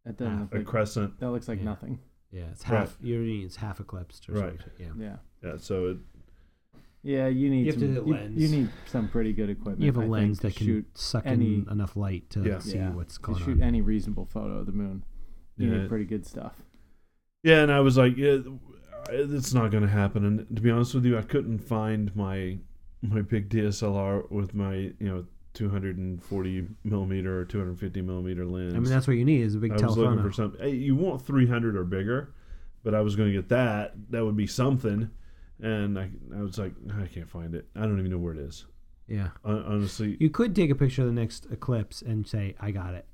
Speaker 4: That doesn't
Speaker 2: Ah,
Speaker 4: look
Speaker 3: a
Speaker 4: like
Speaker 3: crescent.
Speaker 4: that looks like
Speaker 2: Yeah.
Speaker 4: nothing.
Speaker 2: Yeah, it's
Speaker 3: Right.
Speaker 2: half. You're reading it's half eclipsed or
Speaker 3: Right.
Speaker 2: something. Yeah.
Speaker 4: Yeah.
Speaker 3: Yeah, so it
Speaker 4: Yeah, you need
Speaker 2: You have
Speaker 4: some,
Speaker 2: to do the
Speaker 4: you-
Speaker 2: lens.
Speaker 4: You, need some pretty good equipment.
Speaker 2: You have a
Speaker 4: I think,
Speaker 2: lens
Speaker 4: to
Speaker 2: that can
Speaker 4: shoot
Speaker 2: suck
Speaker 4: any-
Speaker 2: in enough light to
Speaker 3: Yeah.
Speaker 2: see
Speaker 4: Yeah.
Speaker 2: what's
Speaker 4: to
Speaker 2: going
Speaker 4: shoot
Speaker 2: on.
Speaker 4: any reasonable photo of the moon. You
Speaker 3: yeah,
Speaker 4: need pretty good stuff.
Speaker 3: Yeah, and I was like, yeah, uh, it's not going to happen. And to be honest with you, I couldn't find my my big DSLR with my you know 240 millimeter or 250 millimeter lens.
Speaker 2: I mean, that's what you need is a big
Speaker 3: I was looking
Speaker 2: telephoto.
Speaker 3: for something. you want 300 or bigger, but I was going to get that. That would be something. And I, I was like, I can't find it. I don't even know where it is.
Speaker 2: yeah,
Speaker 3: Hon-
Speaker 2: [laughs]
Speaker 3: Honestly, [laughs]
Speaker 2: you could take a picture of the next eclipse and say, "I got it."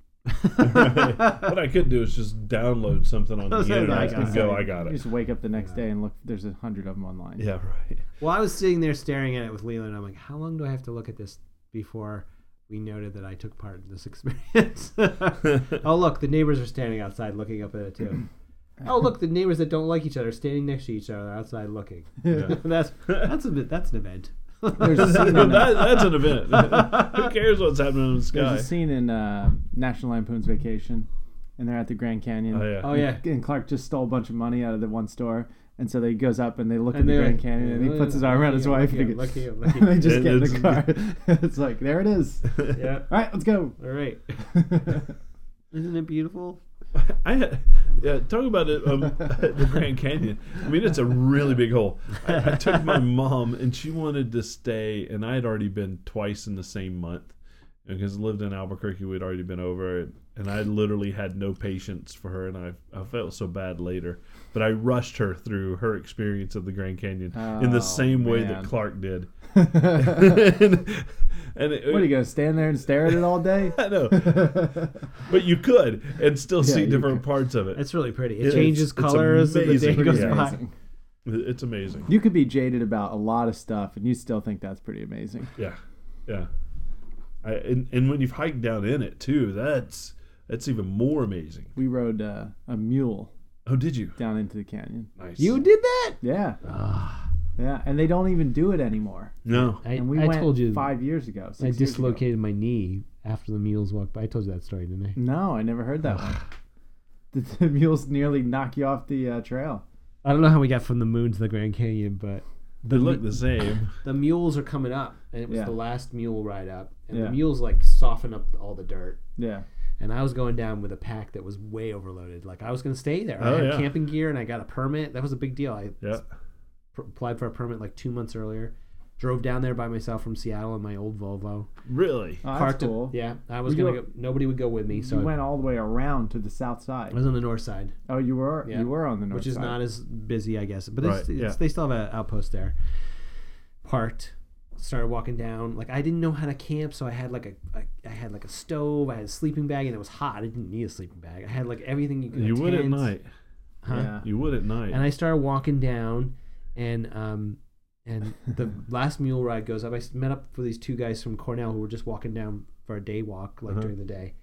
Speaker 3: what I could do is just download something on the
Speaker 2: That's what [laughs] I
Speaker 3: internet
Speaker 2: got.
Speaker 3: and go, I got
Speaker 4: You
Speaker 3: it.
Speaker 4: just wake up the next day and look. There's a hundred of them online.
Speaker 3: Yeah, right.
Speaker 2: Well, I was sitting there staring at it with Leland. I'm like, "How long do I have to look at this before we noted that I took part in this experience?" [laughs] oh, look, the neighbors are standing outside looking up at it
Speaker 4: [clears throat]
Speaker 2: too. oh, look, the neighbors that don't like each other are standing next to each other outside looking.
Speaker 3: [laughs] Yeah.
Speaker 2: [laughs] that's that's a bit, that's an event.
Speaker 3: [laughs]
Speaker 4: There's a scene in,
Speaker 3: that, that's an event.
Speaker 4: [laughs]
Speaker 3: Who cares what's happening in the sky?
Speaker 4: there's a scene in uh, National Lampoon's Vacation, and they're at the Grand Canyon.
Speaker 3: Oh yeah.
Speaker 2: Oh yeah,
Speaker 4: And Clark just stole a bunch of money out of the one store, and so they goes up and they look
Speaker 2: And
Speaker 4: at the
Speaker 2: they're
Speaker 4: Grand
Speaker 2: like, "Oh,
Speaker 4: Canyon, and he
Speaker 2: "Look,
Speaker 4: puts his arm around his
Speaker 2: look
Speaker 4: wife,
Speaker 2: here,
Speaker 4: and he
Speaker 2: look
Speaker 4: gets-
Speaker 2: here, look
Speaker 4: [laughs] and they just
Speaker 3: And
Speaker 4: get in the
Speaker 3: it's-
Speaker 4: car. [laughs] it's like there it is. [laughs]
Speaker 2: yeah.
Speaker 4: All right, let's go. [laughs]
Speaker 2: All right. Isn't it beautiful?
Speaker 3: [laughs] I had, yeah, talking about it, um, [laughs] the Grand Canyon. I mean, it's a really big hole. I, I took
Speaker 4: [laughs]
Speaker 3: my mom, and she wanted to stay, and I had already been twice in the same month because I lived in Albuquerque. We'd already been over it, and I literally had no patience for her, and I I felt so bad later. but I rushed her through her experience of the Grand Canyon in the
Speaker 4: Oh,
Speaker 3: same way that
Speaker 4: man.
Speaker 3: Clark
Speaker 4: [laughs]
Speaker 3: did. [laughs]
Speaker 4: what
Speaker 3: and it,
Speaker 4: are you gonna stand there and stare at it all day?
Speaker 3: [laughs] I know, but you could and still see
Speaker 4: you
Speaker 3: different parts of it. It's,
Speaker 2: It's really pretty. It
Speaker 3: It's-
Speaker 2: changes
Speaker 3: it's
Speaker 2: colors as the
Speaker 3: amazing.
Speaker 2: day goes
Speaker 3: Yeah.
Speaker 2: by.
Speaker 4: Amazing.
Speaker 3: it's amazing.
Speaker 4: You could be jaded about a lot of stuff, and you still think that's pretty amazing.
Speaker 3: Yeah, yeah. I, and and when you've hiked down in it too, that's that's even more amazing.
Speaker 4: We rode uh, a mule
Speaker 3: Oh, did you?
Speaker 4: down into the canyon.
Speaker 3: Nice.
Speaker 2: You did that?
Speaker 4: Yeah,
Speaker 3: Ah.
Speaker 4: yeah, and they don't even do it anymore.
Speaker 3: No.
Speaker 2: I,
Speaker 4: And we
Speaker 2: I
Speaker 4: went
Speaker 2: told you
Speaker 4: five years ago. six
Speaker 2: I
Speaker 4: years ago.
Speaker 2: dislocated my knee after the mules walked by. I told you that story, didn't I?
Speaker 4: No, I never heard that one. The, [laughs] the mules nearly knock you off the uh, trail.
Speaker 2: I don't know how we got from the moon to the Grand Canyon, but
Speaker 3: They look the same.
Speaker 2: the mules are coming up, and it was
Speaker 4: Yeah.
Speaker 2: the last mule ride up, and the
Speaker 4: Yeah.
Speaker 2: mules like soften up all the dirt.
Speaker 4: Yeah, Oh,
Speaker 2: And I was going down with a pack that was way overloaded. Like I was going to stay there.
Speaker 3: Oh,
Speaker 2: I had
Speaker 3: yeah.
Speaker 2: camping gear, and I got a permit. That was a big deal. I
Speaker 3: Yeah.
Speaker 2: pr- applied for a permit like two months earlier. Drove down there by myself from Seattle in my old Volvo.
Speaker 3: Really?
Speaker 4: oh, that's
Speaker 2: Parked it-
Speaker 4: cool.
Speaker 2: yeah, I was
Speaker 4: You
Speaker 2: gonna
Speaker 4: go-
Speaker 2: go. Nobody would go with me, so
Speaker 4: you
Speaker 2: I-
Speaker 4: went all the way around to the south side.
Speaker 2: I was on the north side,
Speaker 4: Oh, you were
Speaker 2: Yeah.
Speaker 4: you were on the north
Speaker 2: which is
Speaker 4: side.
Speaker 2: not as busy, I guess. But
Speaker 3: Right,
Speaker 2: it's, it's,
Speaker 3: yeah.
Speaker 2: they still have an outpost there. Parked, started walking down. Like I didn't know how to camp, so I had like a, a I had like a stove. I had a sleeping bag, and it was hot. I didn't need a sleeping bag. I had like everything you could.
Speaker 3: You
Speaker 2: a
Speaker 3: would at
Speaker 2: tent,
Speaker 3: night.
Speaker 2: huh?
Speaker 4: Yeah.
Speaker 3: You would at night.
Speaker 2: And I started walking down, and um, and the last mule ride goes up. I s- met up with these two guys from Cornell who were just walking down for a day walk, like
Speaker 3: Uh-huh.
Speaker 2: during the day.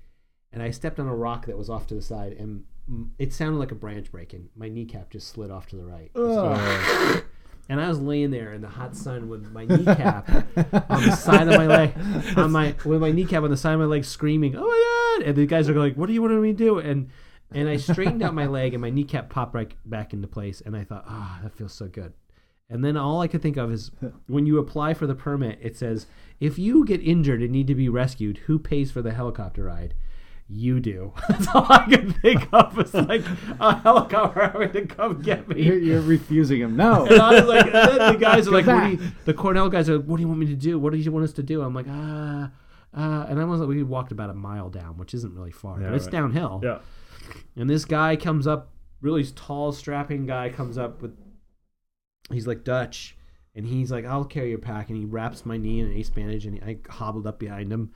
Speaker 2: And I stepped on a rock that was off to the side, and mm, it sounded like a branch breaking. My kneecap just slid off to the right,
Speaker 4: Ugh.
Speaker 2: and I was laying there in the hot sun with my kneecap on the side of my leg, on my with my kneecap on the side of my leg, screaming, "Oh my god!" And the guys are like, "What do you want me to do?" And and I straightened out my leg, and my kneecap popped right back into place. And I thought, "Ah, that feels so good." And then all I could think of is when you apply for the permit, it says if you get injured and need to be rescued, who pays for the helicopter ride? You do. [laughs] That's all I could think of. It's like a helicopter having to come get me. [laughs]
Speaker 4: you're, you're refusing him. No. [laughs]
Speaker 2: And I was like, and then the
Speaker 3: [laughs]
Speaker 2: guys are like,
Speaker 4: Go
Speaker 2: what do
Speaker 4: back.
Speaker 2: you, the Cornell guys are, what do you want me to do? What do you want us to do? I'm like, ah, uh, and I was like, we walked about a mile down, which isn't really far,
Speaker 3: Yeah,
Speaker 2: but it's
Speaker 3: right.
Speaker 2: downhill.
Speaker 3: yeah.
Speaker 2: And this guy comes up, really tall, strapping guy comes up with, he's like Dutch, and he's like, I'll carry your pack, and he wraps my knee in an ace bandage, and I hobbled up behind him,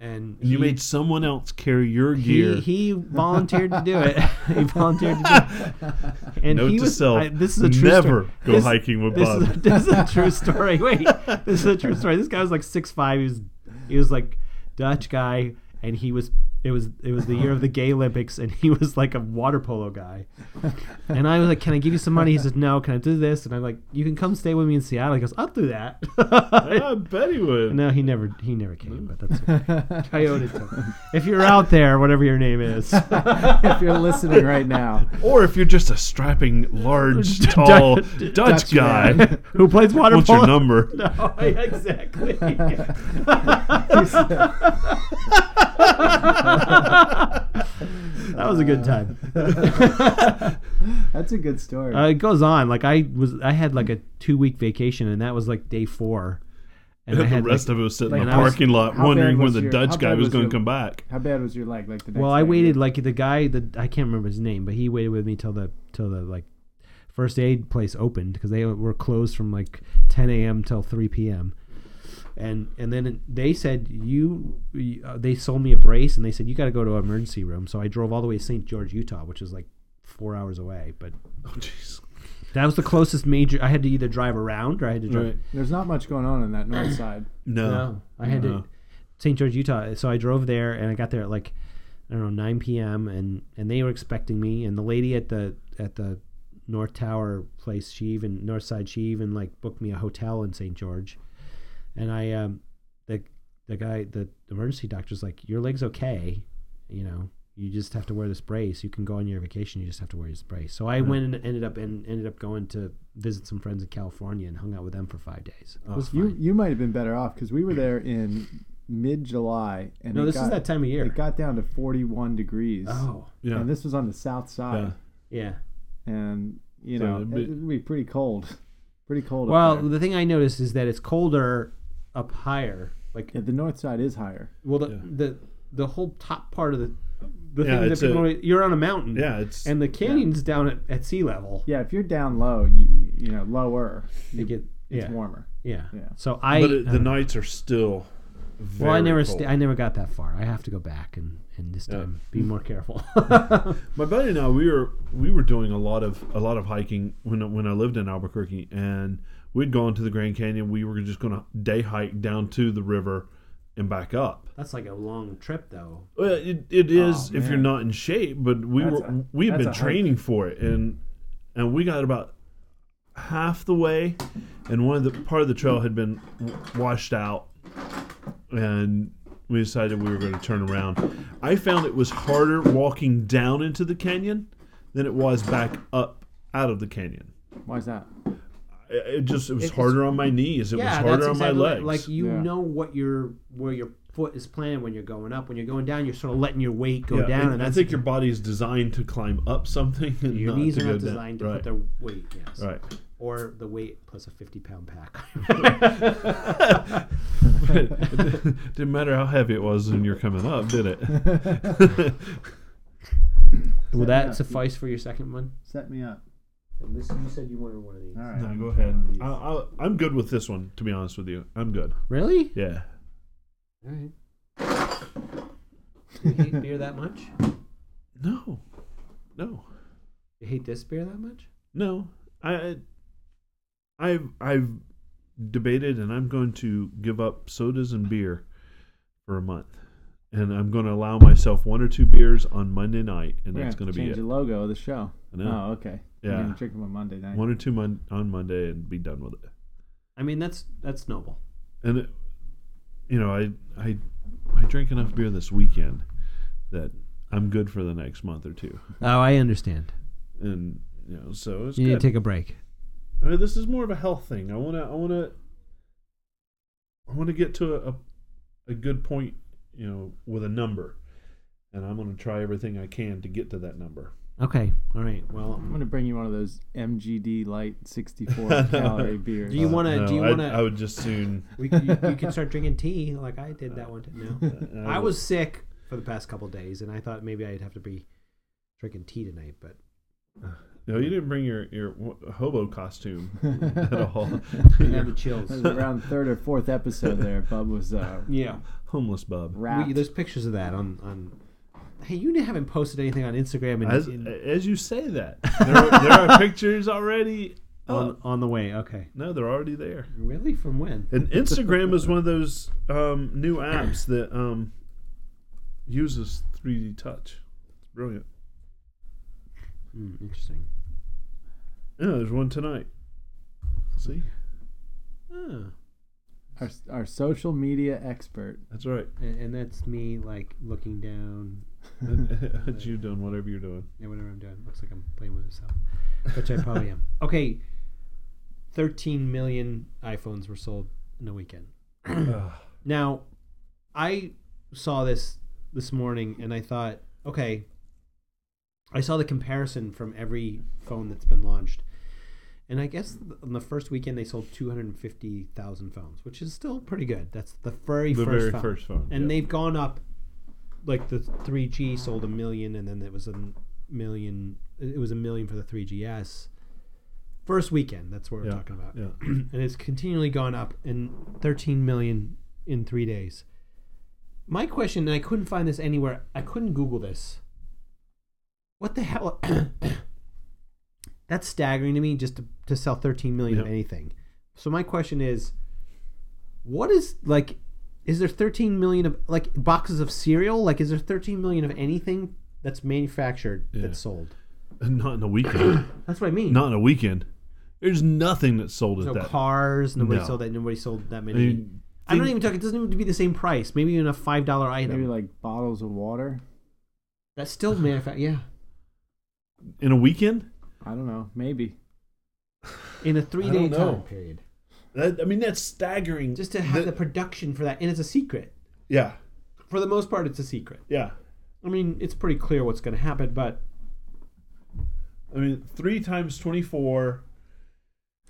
Speaker 2: and
Speaker 3: You
Speaker 2: he-
Speaker 3: made someone else carry your gear.
Speaker 2: he, he volunteered to do
Speaker 3: [laughs]
Speaker 2: it. he volunteered to do it. And
Speaker 3: Note
Speaker 2: he
Speaker 3: to
Speaker 2: was,
Speaker 3: self:
Speaker 2: I- this is a true
Speaker 3: never
Speaker 2: story.
Speaker 3: go
Speaker 2: This-
Speaker 3: hiking with
Speaker 2: this
Speaker 3: Bob.
Speaker 2: is, a, this is a true
Speaker 3: [laughs]
Speaker 2: story. Wait, this is a true story. This guy was like six five. He was he was like Dutch guy, and he was it was it was the year of the Gay Olympics, and he was like a water polo guy. And I was like, "Can I give you some money?" He says, "No." Can I do this? And I'm like, "You can come stay with me in Seattle." He goes, "I'll do that." [laughs]
Speaker 3: I [laughs] bet he would.
Speaker 2: no, he never he never came, but that's okay. Coyote. Town. If you're out there, whatever your name is, [laughs] Oh,
Speaker 4: if you're listening right now,
Speaker 3: Or if you're just a strapping,
Speaker 2: [laughs]
Speaker 3: large, tall Dutch,
Speaker 4: Dutch
Speaker 3: guy,
Speaker 4: man.
Speaker 3: [laughs]
Speaker 2: who plays water
Speaker 3: what's
Speaker 2: polo?
Speaker 3: your number?
Speaker 2: [laughs] No, exactly. that was a good time.
Speaker 4: that's a good story.
Speaker 2: Uh, it goes on. Like I was, I had like a two week vacation, and that was like day four.
Speaker 3: And
Speaker 2: I
Speaker 3: the
Speaker 2: had,
Speaker 3: rest
Speaker 2: like-
Speaker 3: of us sitting in
Speaker 2: like,
Speaker 3: the
Speaker 2: and I was-
Speaker 3: parking lot
Speaker 4: how
Speaker 3: wondering
Speaker 4: bad
Speaker 3: when
Speaker 4: was
Speaker 3: the
Speaker 4: your- how
Speaker 3: Dutch guy
Speaker 4: bad
Speaker 3: was
Speaker 4: was
Speaker 3: going to
Speaker 4: your-
Speaker 3: come back. [laughs]
Speaker 4: How bad was your leg? Like the next
Speaker 2: Well, I
Speaker 4: day?
Speaker 2: waited like the guy that I can't remember his name, but he waited with me till the till the like first aid place opened because they were closed from like 10 a.m. till 3 p.m. And and then they said you you- uh, they sold me a brace and they said you got to go to an emergency room. So I drove all the way to St. George, Utah, which is like four hours away. But
Speaker 3: Oh, jeez.
Speaker 2: that was the closest major. I had to either drive around or I had to drive.
Speaker 3: Right.
Speaker 4: There's not much going on in that north side.
Speaker 3: No.
Speaker 2: No, I had
Speaker 3: No.
Speaker 2: to St. George, Utah. So I drove there, and I got there at like I don't know 9 p.m. and and they were expecting me, and the lady at the at the North Tower place, she even North Side, she even like booked me a hotel in St. George, and I um the the guy the emergency doctor's like your leg's okay, you know. You just have to wear this brace. You can go on your vacation. You just have to wear this brace. So I went and ended up and ended up going to visit some friends in California and hung out with them for five days. It was
Speaker 4: You
Speaker 2: fun.
Speaker 4: you might have been better off because we were there in mid July and
Speaker 2: No,
Speaker 4: it
Speaker 2: this
Speaker 4: got,
Speaker 2: is that time of year.
Speaker 4: It got down to 41 degrees.
Speaker 2: Oh,
Speaker 3: Yeah.
Speaker 4: And this was on the south side,
Speaker 2: yeah.
Speaker 4: and you
Speaker 3: So
Speaker 4: know
Speaker 3: it'd
Speaker 4: it,
Speaker 3: be-
Speaker 4: would be pretty cold, [laughs] pretty cold. up
Speaker 2: Well,
Speaker 4: there.
Speaker 2: the thing I noticed is that it's colder up higher. Like,
Speaker 4: Yeah, the north side is higher.
Speaker 2: well, the
Speaker 3: Yeah.
Speaker 2: the the whole top part of the the
Speaker 3: Yeah,
Speaker 2: thing that
Speaker 3: it's a-
Speaker 2: people don't- you're on a mountain.
Speaker 3: Yeah, it's
Speaker 2: And the canyon's down at, at sea level.
Speaker 4: Yeah, if you're down low, you you know lower,
Speaker 2: They get
Speaker 4: it's
Speaker 2: yeah,
Speaker 4: warmer.
Speaker 2: yeah.
Speaker 4: yeah.
Speaker 2: So I
Speaker 3: but it,
Speaker 2: I
Speaker 3: the
Speaker 2: don't know.
Speaker 3: nights are still. Very
Speaker 2: well, I never
Speaker 3: cold.
Speaker 2: sta I never got that far. I have to go back and and this
Speaker 3: Yeah.
Speaker 2: time be more
Speaker 4: [laughs]
Speaker 2: careful.
Speaker 3: My buddy and I, we were we were doing a lot of a lot of hiking when when I lived in Albuquerque, and we'd gone to the Grand Canyon. We were just going to day hike down to the river and back up.
Speaker 2: That's like a long trip though.
Speaker 3: Well, it, it
Speaker 2: Oh,
Speaker 3: is if you're
Speaker 4: man.
Speaker 3: not in shape, but we
Speaker 4: That's
Speaker 3: were
Speaker 4: a-
Speaker 3: we had
Speaker 4: that's
Speaker 3: been
Speaker 4: a hike.
Speaker 3: training for it, and and we got about half the way, and one of the part of the trail had been w- washed out, and we decided we were going to turn around. I found it was harder walking down into the canyon than it was back up out of the canyon.
Speaker 4: Why is that?
Speaker 3: It, it just it was
Speaker 2: It's-
Speaker 3: harder on my knees. It was
Speaker 2: Yeah,
Speaker 3: harder
Speaker 2: that's
Speaker 3: on
Speaker 2: exactly
Speaker 3: my
Speaker 2: right.
Speaker 3: legs.
Speaker 2: like you
Speaker 4: Yeah.
Speaker 2: know what your where your foot is planted when you're going up. When you're going down, you're sort of letting your weight go
Speaker 3: Yeah,
Speaker 2: down, and,
Speaker 3: and I
Speaker 2: that's
Speaker 3: think your body is designed to climb up something. And
Speaker 2: your
Speaker 3: not
Speaker 2: knees
Speaker 3: to
Speaker 2: are
Speaker 3: go
Speaker 2: not
Speaker 3: down.
Speaker 2: designed to
Speaker 3: Right.
Speaker 2: put their weight. Yes.
Speaker 3: Right.
Speaker 2: Or the weight plus a fifty pound [laughs] pack.
Speaker 3: [laughs] Didn't matter how heavy it was when you're coming up, did
Speaker 4: [laughs]
Speaker 3: it?
Speaker 2: Will
Speaker 4: that
Speaker 2: that suffice for your second one?
Speaker 4: Set me up.
Speaker 2: And this, you said you wanted one of these.
Speaker 4: All right.
Speaker 3: no,
Speaker 4: I'm
Speaker 3: go
Speaker 4: gonna try
Speaker 3: ahead.
Speaker 4: one of these.
Speaker 3: I, I, I'm good with this one, to be honest with you. I'm good.
Speaker 2: Really?
Speaker 3: Yeah.
Speaker 2: All right. Do you hate beer that much?
Speaker 3: No. No.
Speaker 2: You hate this beer that much?
Speaker 3: No. I. I've I've debated, and I'm going to give up sodas and beer for a month, and I'm going to allow myself one or two beers on Monday night, and
Speaker 4: We're gonna
Speaker 3: that's
Speaker 4: have to
Speaker 3: going to be
Speaker 4: change
Speaker 3: it.
Speaker 4: the logo of the show.
Speaker 3: I know.
Speaker 4: Oh, okay.
Speaker 3: Yeah.
Speaker 4: You're gonna drink them on Monday night.
Speaker 3: One or two mon- on Monday, and be done with it.
Speaker 2: I mean, that's that's noble.
Speaker 3: and it, you know I I I drank enough beer this weekend that I'm good for the next month or two,
Speaker 2: Oh, I understand.
Speaker 3: and you know so it's
Speaker 2: You need
Speaker 3: good.
Speaker 2: to take a break.
Speaker 3: I mean, this is more of a health thing. I wanna I wanna I wanna get to a a good point, you know, with a number, and I'm gonna try everything I can to get to that number.
Speaker 2: Okay. All right. Well,
Speaker 4: I'm gonna bring you one of those MGD light
Speaker 3: [laughs]
Speaker 4: 64 calorie beers.
Speaker 2: Do you
Speaker 3: Uh,
Speaker 2: wanna- do you
Speaker 3: I'd-
Speaker 2: wanna-
Speaker 3: I, would just soon.
Speaker 2: we, you, you can start drinking tea like I did that one time. No. [laughs] I was sick for the past couple days, and I thought maybe I'd have to be drinking tea tonight. But
Speaker 3: No, you didn't bring your your hobo
Speaker 2: [laughs]
Speaker 3: costume at all.
Speaker 2: I have the chills.
Speaker 4: It was around third or fourth episode there. Bub was uh,
Speaker 2: [laughs]
Speaker 3: [laughs]
Speaker 2: Yeah,
Speaker 3: Homeless bub.
Speaker 4: wrapped.
Speaker 2: we, there's pictures of that on on. Hey, you haven't posted anything on Instagram
Speaker 3: As,
Speaker 2: and in,
Speaker 3: as you say that, [laughs] there are, there are pictures already.
Speaker 2: on
Speaker 3: up.
Speaker 2: on the way. Okay,
Speaker 3: no, they're already there.
Speaker 2: Oh. really? From when?
Speaker 3: And [laughs] Instagram is one of those um, new apps that um, uses 3D touch. It's brilliant.
Speaker 2: Hmm, interesting.
Speaker 3: Yeah, there's one tonight. See? Yeah,
Speaker 4: our, our social media expert.
Speaker 3: that's [laughs] right.
Speaker 2: And, and that's me like looking down
Speaker 3: [laughs] that's you doing whatever you're doing.
Speaker 2: at whatever I'm doing. Looks like I'm playing with myself, which I probably
Speaker 3: [laughs]
Speaker 2: am. Okay, 13 million iPhones were sold in a
Speaker 3: [clears throat]
Speaker 2: weekend.
Speaker 3: Ah.
Speaker 2: Now, I saw this this morning and I thought, okay, I saw the comparison from every phone that's been launched. And I guess th- on the first weekend they sold 250,000 phones, which is still pretty good. That's the very
Speaker 3: the
Speaker 2: first
Speaker 3: very
Speaker 2: phone.
Speaker 3: first phone.
Speaker 2: And
Speaker 3: yeah.
Speaker 2: they've gone up like the 3G sold a million and then it was a million it was a million for the 3GS. First weekend, that's what we're
Speaker 3: Yeah,
Speaker 2: talking about
Speaker 3: Yeah.
Speaker 2: [clears throat] and it's continually gone up in 13 million in three days. My question, and I couldn't find this anywhere, I couldn't Google this. What the hell? [coughs] That's staggering to me just to, to sell 13 million of
Speaker 3: Yeah.
Speaker 2: anything. So, my question is what is like, is there 13 million of like boxes of cereal? Like, is there 13 million of anything that's manufactured
Speaker 3: Yeah.
Speaker 2: that's sold?
Speaker 3: Not in a weekend.
Speaker 2: That's what I mean.
Speaker 3: Not in a weekend. There's nothing that's sold at
Speaker 2: no
Speaker 3: that.
Speaker 2: cars, nobody
Speaker 3: No.
Speaker 2: sold that, nobody sold that
Speaker 3: I
Speaker 2: many.
Speaker 3: mean,
Speaker 2: I'm not
Speaker 3: think-
Speaker 2: even talking. It doesn't even have to be the same price. Maybe even a five dollar item.
Speaker 4: Maybe like bottles of water.
Speaker 2: That's still manufact. Yeah,
Speaker 3: in a weekend.
Speaker 4: I don't know. Maybe.
Speaker 2: in a three
Speaker 3: I
Speaker 2: day
Speaker 3: don't know.
Speaker 2: time period,
Speaker 3: That, I mean, that's staggering.
Speaker 2: just to have the,
Speaker 3: That-
Speaker 2: production for that, and it's a secret.
Speaker 3: yeah,
Speaker 2: For the most part, it's a secret.
Speaker 3: yeah.
Speaker 2: I mean, it's pretty clear what's going to happen, but [laughs]
Speaker 3: I mean, three times twenty-four.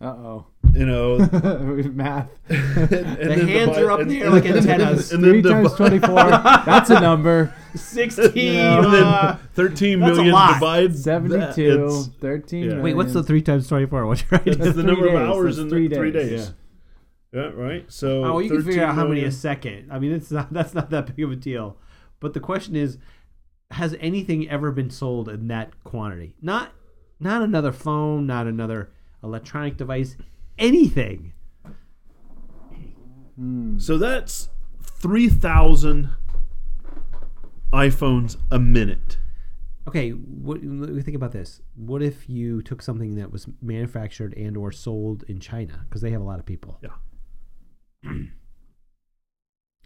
Speaker 4: Uh oh.
Speaker 3: you
Speaker 2: [laughs]
Speaker 3: know.
Speaker 4: [laughs] Math.
Speaker 3: and, and
Speaker 2: The
Speaker 3: then
Speaker 2: hands
Speaker 3: bi-
Speaker 2: are up in
Speaker 3: and-
Speaker 2: the air like antennas.
Speaker 3: [laughs] And then
Speaker 4: Three
Speaker 3: the
Speaker 4: times
Speaker 3: bi-
Speaker 4: twenty four. That's a number.
Speaker 3: [laughs]
Speaker 2: 16.
Speaker 3: And then
Speaker 2: uh,
Speaker 3: 13
Speaker 2: that's a
Speaker 3: million
Speaker 2: lot.
Speaker 3: divides that.
Speaker 4: Seventy two.
Speaker 3: It's-
Speaker 4: Thirteen.
Speaker 2: [laughs]
Speaker 3: yeah.
Speaker 2: wait, what's the three times 24? [laughs] What's right?
Speaker 3: That's,
Speaker 4: That's
Speaker 3: the
Speaker 4: three
Speaker 3: number
Speaker 4: days.
Speaker 3: of hours
Speaker 4: That's
Speaker 3: in
Speaker 4: three
Speaker 3: the three
Speaker 4: days.
Speaker 3: days. Yeah. right. So
Speaker 2: Oh, well, you can
Speaker 3: 13
Speaker 2: figure out how many a
Speaker 3: million-
Speaker 2: second. I mean, it's not, [laughs] that's not that big of a deal. But the question is, has anything ever been sold in that quantity? Not, not another phone, not another electronic device, anything.
Speaker 3: So that's 3,000 iPhones a minute.
Speaker 2: Okay, what, let me think about this. What if you took something that was manufactured and or sold in China because they have a lot of people?
Speaker 3: Yeah.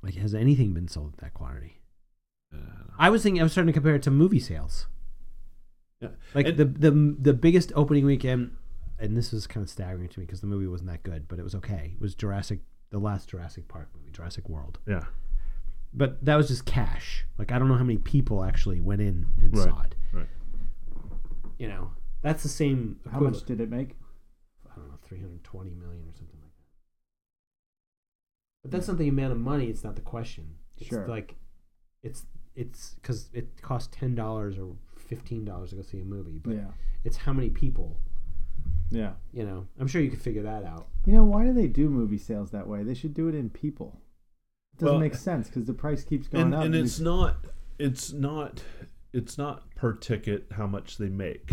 Speaker 2: like, has anything been sold in that quantity?
Speaker 3: Uh,
Speaker 2: I was thinking I was starting to compare it to movie sales.
Speaker 3: Yeah.
Speaker 2: Like
Speaker 3: And-
Speaker 2: the the the biggest opening weekend, and this was kind of staggering to me because the movie wasn't that good, but it was okay. It was Jurassic, the last Jurassic Park movie, Jurassic World.
Speaker 3: Yeah.
Speaker 2: But that was just cash. Like I don't know how many people actually went in and
Speaker 3: Right.
Speaker 2: saw it.
Speaker 3: Right.
Speaker 2: You know, that's the same.
Speaker 4: How much
Speaker 2: equivalent.
Speaker 4: did it make?
Speaker 2: I don't know, 320 million or something like that. But that's not the amount of money. It's not the question. It's
Speaker 4: Sure.
Speaker 2: Like, it's it's because it costs ten dollars or fifteen dollars to go see a movie, but
Speaker 4: Yeah.
Speaker 2: it's how many people.
Speaker 4: Yeah.
Speaker 2: You know, I'm sure you could figure that out.
Speaker 4: You know why do they do movie sales that way? They should do it in people. It doesn't
Speaker 3: Well,
Speaker 4: make sense because the price keeps going
Speaker 3: And,
Speaker 4: up.
Speaker 3: and
Speaker 4: you-
Speaker 3: it's not, it's not, it's not per ticket how much they make.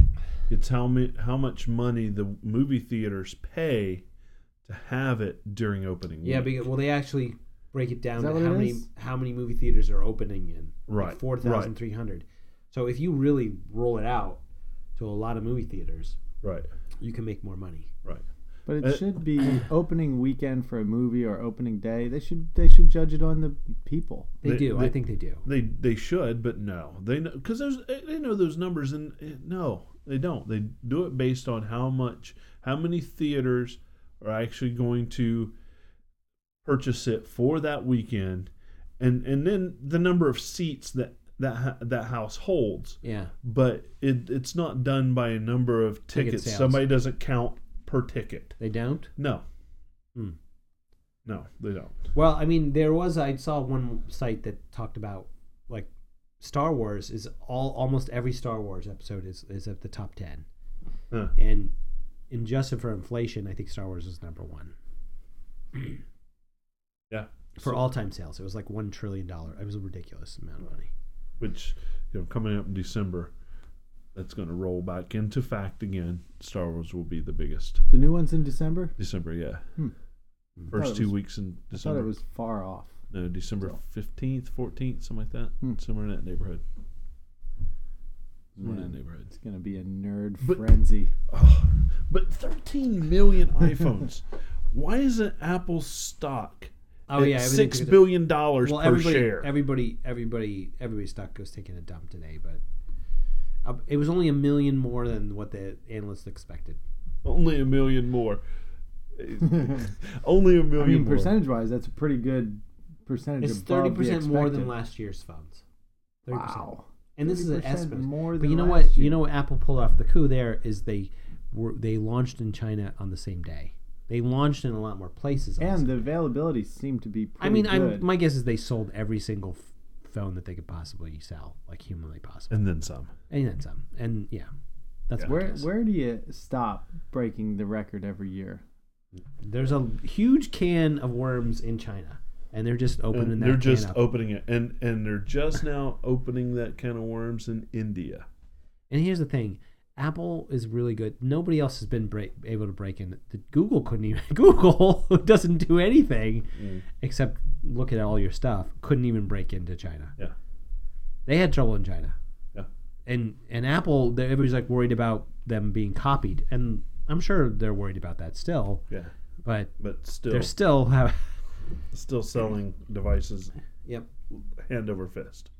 Speaker 3: It's how mi- how much money the movie theaters pay to have it during opening.
Speaker 2: Yeah,
Speaker 3: week.
Speaker 2: because, well, they actually break it down
Speaker 4: Is that
Speaker 2: to
Speaker 4: what
Speaker 2: how
Speaker 4: it
Speaker 2: many
Speaker 4: is?
Speaker 2: how many movie theaters are opening in.
Speaker 3: Right,
Speaker 2: four thousand three hundred. So if you really roll it out to a lot of movie theaters,
Speaker 3: right,
Speaker 2: you can make more money.
Speaker 3: right.
Speaker 4: But it
Speaker 3: Uh, [clears throat]
Speaker 4: should be opening weekend for a movie or opening day. They should they should judge it on the people.
Speaker 2: They,
Speaker 3: They-
Speaker 2: do. I
Speaker 3: they-
Speaker 2: think they do.
Speaker 3: They they should, but no, they know because there's eh, they know those numbers, and eh, no, they don't. They do it based on how much, how many theaters are actually going to purchase it for that weekend, and and then the number of seats that that ha- that house holds.
Speaker 2: Yeah.
Speaker 3: But it it's not done by a number of
Speaker 2: Ticket
Speaker 3: tickets.
Speaker 2: sales.
Speaker 3: Somebody doesn't count per ticket.
Speaker 2: They don't?
Speaker 3: No,
Speaker 2: Hmm.
Speaker 3: no, they don't.
Speaker 2: Well, I mean, there was I saw one site that talked about like Star Wars is all almost every Star Wars episode is is at the top 10.
Speaker 3: Huh.
Speaker 2: And adjusted for inflation, I think Star Wars is number 1
Speaker 3: Yeah.
Speaker 2: for
Speaker 3: So-
Speaker 2: all-time sales. It was like 1 trillion dollar. It was a ridiculous amount of money.
Speaker 3: which you know coming up in December, that's going to roll back into fact again. Star Wars will be the biggest
Speaker 4: The new one's in December.
Speaker 3: December, yeah.
Speaker 4: Hmm.
Speaker 3: First
Speaker 4: Thought it
Speaker 3: two
Speaker 4: was-
Speaker 3: weeks in
Speaker 4: I thought
Speaker 3: December,
Speaker 4: it was far off.
Speaker 3: no December fifteenth, fourteenth, something like that,
Speaker 4: Hmm.
Speaker 3: somewhere in that neighborhood. Somewhere in
Speaker 4: Man.
Speaker 3: that neighborhood.
Speaker 4: It's gonna be a nerd
Speaker 3: But-
Speaker 4: frenzy.
Speaker 3: Oh, but thirteen
Speaker 4: [laughs]
Speaker 3: million iPhones. Why isn't Apple's stock
Speaker 2: Oh
Speaker 3: at
Speaker 2: yeah, everything
Speaker 3: six
Speaker 2: took a-
Speaker 3: billion dollars
Speaker 2: Well,
Speaker 3: per
Speaker 2: everybody,
Speaker 3: share?
Speaker 2: everybody, everybody, everybody's stock was taking a dump today, but uh, it was only a million more than what the analysts expected.
Speaker 3: Only a million
Speaker 4: [laughs]
Speaker 3: more. Only a
Speaker 4: I
Speaker 3: million
Speaker 4: mean,
Speaker 3: more.
Speaker 4: percentage wise, that's a pretty good percentage.
Speaker 2: It's
Speaker 4: above
Speaker 2: thirty
Speaker 4: the
Speaker 2: percent more than
Speaker 4: expected.
Speaker 2: last year's phones. 30%.
Speaker 4: Wow.
Speaker 2: And this is an
Speaker 4: 30%
Speaker 2: estimate.
Speaker 4: more
Speaker 2: but
Speaker 4: than
Speaker 2: you know
Speaker 4: last
Speaker 2: what? You
Speaker 4: year.
Speaker 2: know what Apple pulled off the coup there is they were they launched in China on the same day. They launched in a lot more places. on the
Speaker 4: And
Speaker 2: same-
Speaker 4: the availability seemed to be pretty
Speaker 2: I mean,
Speaker 4: good.
Speaker 2: I'm, my guess is they sold every single f- phone that they could possibly sell, like humanly possible,
Speaker 3: and then some.
Speaker 2: and then some. And yeah, that's my
Speaker 4: where
Speaker 2: guess.
Speaker 4: where do you stop breaking the record every year?
Speaker 2: There's a huge can of worms in China, and they're just opening
Speaker 3: And
Speaker 2: that
Speaker 3: they're
Speaker 2: can
Speaker 3: just
Speaker 2: up.
Speaker 3: opening it and and they're just now opening that can of worms in india
Speaker 2: and here's the thing: Apple is really good. Nobody else has been break, able to break in. The, Google couldn't even. [laughs] Google, who doesn't do anything except look at all your stuff, couldn't even break into China.
Speaker 3: yeah
Speaker 2: They had trouble in China.
Speaker 3: Yeah.
Speaker 2: And and Apple, they- everybody's like worried about them being copied, and I'm sure they're worried about that still.
Speaker 3: yeah
Speaker 2: But
Speaker 3: but still
Speaker 2: they're still [laughs] have.
Speaker 3: still selling devices
Speaker 2: Yep.
Speaker 3: hand over fist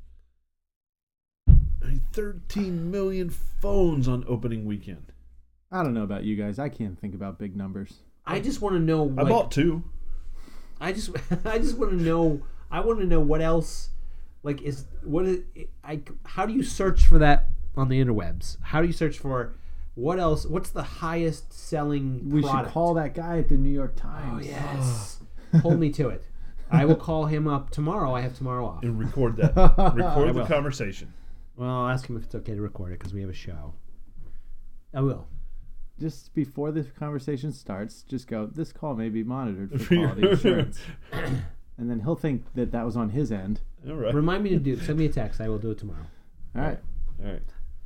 Speaker 3: I mean, 13 million phones on opening weekend
Speaker 4: I don't know about you guys. I can't think about big numbers.
Speaker 2: I just want to know.
Speaker 3: i
Speaker 2: Like,
Speaker 3: bought two
Speaker 2: I just [laughs] I just want to know I want to know what else like is what is I how do you search for that on the interwebs? How do you search for What else? What's the highest selling?
Speaker 4: We
Speaker 2: product?
Speaker 4: should call that guy at the New York
Speaker 2: [gasps] Oh
Speaker 4: Times.
Speaker 2: yes. Hold me to it. I will call him up tomorrow. I have tomorrow off.
Speaker 3: and
Speaker 2: [laughs]
Speaker 3: record that.
Speaker 2: I
Speaker 3: record the
Speaker 2: will.
Speaker 3: conversation.
Speaker 2: Well, I'll ask him if it's okay to record it because we have a show. I will.
Speaker 4: Just before this conversation starts, just go. This call may be monitored for quality assurance, [coughs] and then he'll think that that was on his end.
Speaker 3: All right.
Speaker 2: Remind me to do. Send me a text. I will do it tomorrow.
Speaker 4: All right.
Speaker 3: All right.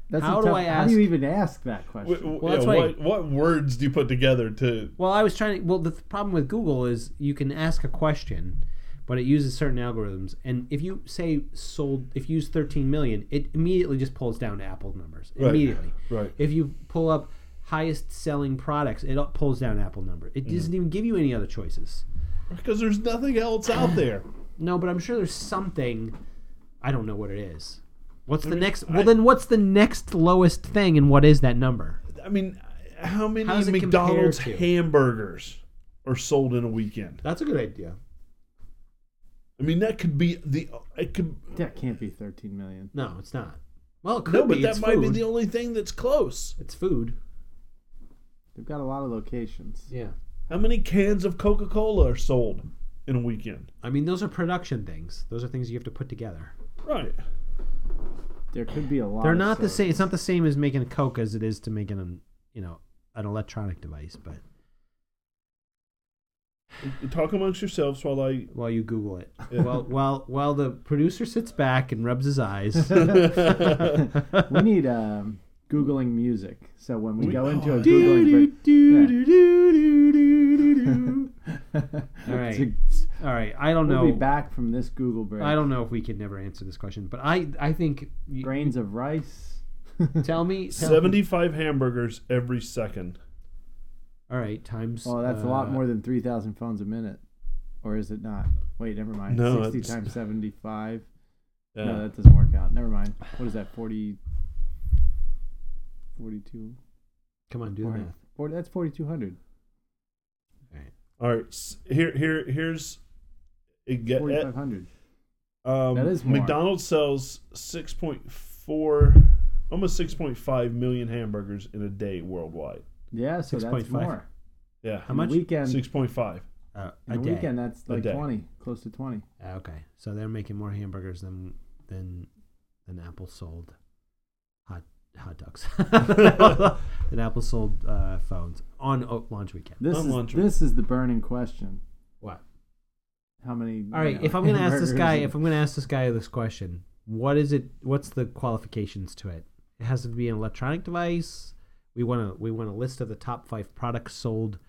Speaker 4: That's a
Speaker 2: How do
Speaker 4: tough-
Speaker 2: I
Speaker 4: How do you
Speaker 2: ask-
Speaker 4: even ask that question?
Speaker 3: Wh-
Speaker 2: Well,
Speaker 3: wh- yeah,
Speaker 2: that's why-
Speaker 3: what, what words do you put together to?
Speaker 2: Well, I was trying to. Well, the th- problem with Google is you can ask a question, but it uses certain algorithms. And if you say sold, if you use 13 million, it immediately just pulls down to Apple numbers.
Speaker 3: Right.
Speaker 2: Immediately.
Speaker 3: Right.
Speaker 2: If you pull up highest selling products, it up- pulls down Apple number.
Speaker 3: Mm-hmm.
Speaker 2: It doesn't even give you any other choices.
Speaker 3: Because there's nothing else out there.
Speaker 2: No, but I'm sure there's something. I don't know what it is. What's the
Speaker 3: mean,
Speaker 2: next?
Speaker 3: I-
Speaker 2: Well, then what's the next lowest thing, and what is that number?
Speaker 3: I mean, how many
Speaker 2: How does it compare
Speaker 3: McDonald's
Speaker 2: to?
Speaker 3: hamburgers are sold in a weekend?
Speaker 2: That's a good idea.
Speaker 3: I mean, that could be the. It could.
Speaker 4: That can't be 13 million.
Speaker 2: No, it's not. Well, it could
Speaker 3: No, but
Speaker 2: be.
Speaker 3: that
Speaker 2: it's
Speaker 3: might
Speaker 2: food.
Speaker 3: be the only thing that's close.
Speaker 2: It's food.
Speaker 4: They've got a lot of locations.
Speaker 2: Yeah.
Speaker 3: How many cans of Coca Cola are sold in a weekend?
Speaker 2: I mean, those are production things. Those are things you have to put together.
Speaker 3: Right.
Speaker 4: There could be a lot.
Speaker 2: They're
Speaker 4: of
Speaker 2: not the same. It's
Speaker 4: sodas.
Speaker 2: not the same as making a Coke as it is to making an you know an electronic device. But
Speaker 3: Talk amongst yourselves while I.
Speaker 2: while you Google it, while while while the producer sits back and rubs his
Speaker 4: [laughs]
Speaker 2: eyes,
Speaker 4: we need um, googling music. So when we,
Speaker 3: We-
Speaker 4: go into a
Speaker 3: oh.
Speaker 4: googling break, [laughs]
Speaker 2: All right.
Speaker 4: So
Speaker 2: All right, I don't
Speaker 4: we'll
Speaker 2: know.
Speaker 4: be back from this Google break.
Speaker 2: I don't know if we can never answer this question, but I I think you,
Speaker 4: Grains of rice.
Speaker 2: [laughs] tell me tell-
Speaker 3: 75 hamburgers every second.
Speaker 2: All right, times.
Speaker 4: Well, Oh, that's a
Speaker 2: uh,
Speaker 4: lot more than 3,000 phones a minute. Or is it not? Wait, never mind.
Speaker 3: No,
Speaker 4: 60
Speaker 3: it's-
Speaker 4: times 75.
Speaker 3: Yeah.
Speaker 4: No, that doesn't work out. Never mind. What is that? 40. 42.
Speaker 2: Come on, do the
Speaker 4: Or-
Speaker 2: math.
Speaker 4: or- that's 4,200.
Speaker 3: All right. s- Here, here, here's. It get,
Speaker 4: 4,500.
Speaker 3: um,
Speaker 4: That is more.
Speaker 3: McDonald's sells 6.4, almost 6.5 million hamburgers in a day worldwide.
Speaker 4: Yeah, so that's
Speaker 2: 6.5.
Speaker 4: more.
Speaker 3: Yeah.
Speaker 2: How much?
Speaker 4: In a weekend,
Speaker 3: 6.5.
Speaker 2: Uh,
Speaker 4: in a
Speaker 2: day.
Speaker 4: weekend that's
Speaker 3: A
Speaker 4: like
Speaker 3: day.
Speaker 4: 20, close to 20.
Speaker 2: Ah, Okay, so they're making more hamburgers than than than Apple sold hot hot dogs. [laughs] than Apple sold uh, phones on o- launch weekend.
Speaker 4: This
Speaker 3: On
Speaker 4: is,
Speaker 3: lunch.
Speaker 4: this is the burning question.
Speaker 2: What?
Speaker 4: How many?
Speaker 2: All right, if I'm gonna ask this guy, if I'm gonna ask this guy this question, what is it? What's the qualifications to it? It has to be an electronic device. We want to we want a list of the top five products sold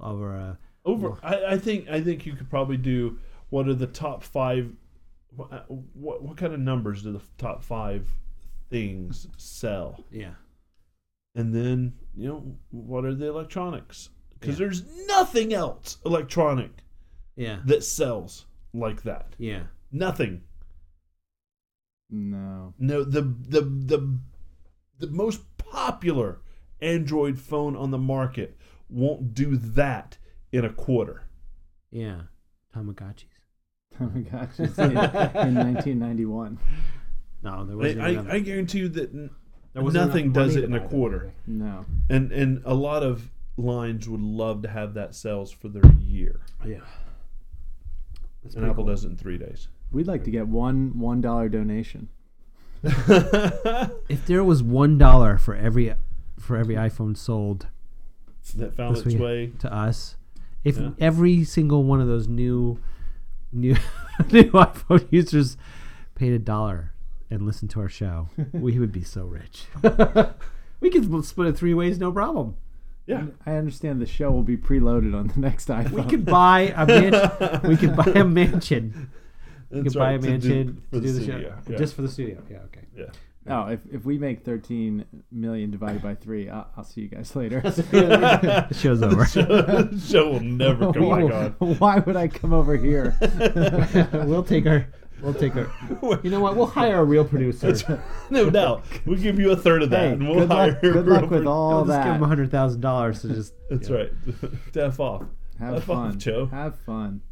Speaker 2: over a.
Speaker 3: Over, I, I think I think you could probably do what are the top five. What what, what kind of numbers do the top five things sell?
Speaker 2: Yeah.
Speaker 3: And then you know what are the electronics? Because
Speaker 2: Yeah.
Speaker 3: there's nothing else electronic
Speaker 2: Yeah.
Speaker 3: that sells like that.
Speaker 2: Yeah.
Speaker 3: Nothing.
Speaker 4: no, [laughs]
Speaker 3: No, the the the the most popular Android phone on the market won't do that in a quarter.
Speaker 2: Yeah. Tamagotchis.
Speaker 4: oh
Speaker 2: [laughs]
Speaker 4: my gosh, it's in, in 1991.
Speaker 2: No, there
Speaker 3: I,
Speaker 2: wasn't. even
Speaker 3: I,
Speaker 2: enough-
Speaker 3: I guarantee you that n-
Speaker 2: there wasn't
Speaker 3: nothing
Speaker 2: enough money
Speaker 3: does it
Speaker 2: to
Speaker 3: in a
Speaker 2: buy them.
Speaker 3: quarter.
Speaker 4: No,
Speaker 3: and and a lot of lines would love to have that sales for their year,
Speaker 2: Yeah. That's
Speaker 3: and
Speaker 2: pretty
Speaker 3: Apple
Speaker 2: cool.
Speaker 3: does it in three days.
Speaker 4: we'd like to get one one dollar donation.
Speaker 2: If there was one dollar for every for every iPhone sold
Speaker 3: that found
Speaker 2: This
Speaker 3: its
Speaker 2: we-
Speaker 3: way.
Speaker 2: to us, if
Speaker 3: Yeah.
Speaker 2: every single one of those new new [laughs] new iPhone users paid a dollar and listened to our show, we would be so
Speaker 3: [laughs]
Speaker 2: rich. we could split it three ways, no problem.
Speaker 3: Yeah,
Speaker 4: I understand the show will be preloaded on the next iPhone.
Speaker 2: We could buy a mansion. we could buy a mansion. We
Speaker 3: that's
Speaker 2: could buy
Speaker 3: right,
Speaker 2: a
Speaker 3: to do-
Speaker 2: mansion
Speaker 3: for
Speaker 2: to do the,
Speaker 3: studio,
Speaker 2: show
Speaker 3: yeah. [laughs]
Speaker 2: just for the studio. Yeah. Okay.
Speaker 3: yeah.
Speaker 4: Oh, if, if we make 13 million divided by three, I'll, I'll see you guys later. [laughs]
Speaker 2: The show's over.
Speaker 3: the [laughs] show will never come back on.
Speaker 4: Why would I come
Speaker 2: [laughs]
Speaker 4: over here?
Speaker 2: [laughs] we'll take our. We'll take
Speaker 3: [laughs]
Speaker 2: our. You know what? We'll hire a real producer.
Speaker 3: No doubt. We'll give you a third of that,
Speaker 4: Hey,
Speaker 3: and we'll
Speaker 4: good
Speaker 3: hire.
Speaker 4: luck, good luck
Speaker 3: Rupert.
Speaker 4: with all
Speaker 2: we'll just give
Speaker 4: that.
Speaker 2: him hundred thousand dollars to just.
Speaker 3: [laughs] That's right. Deaf off.
Speaker 4: Have
Speaker 3: Have fun,
Speaker 4: fun,
Speaker 3: Joe. [laughs]
Speaker 4: Have fun.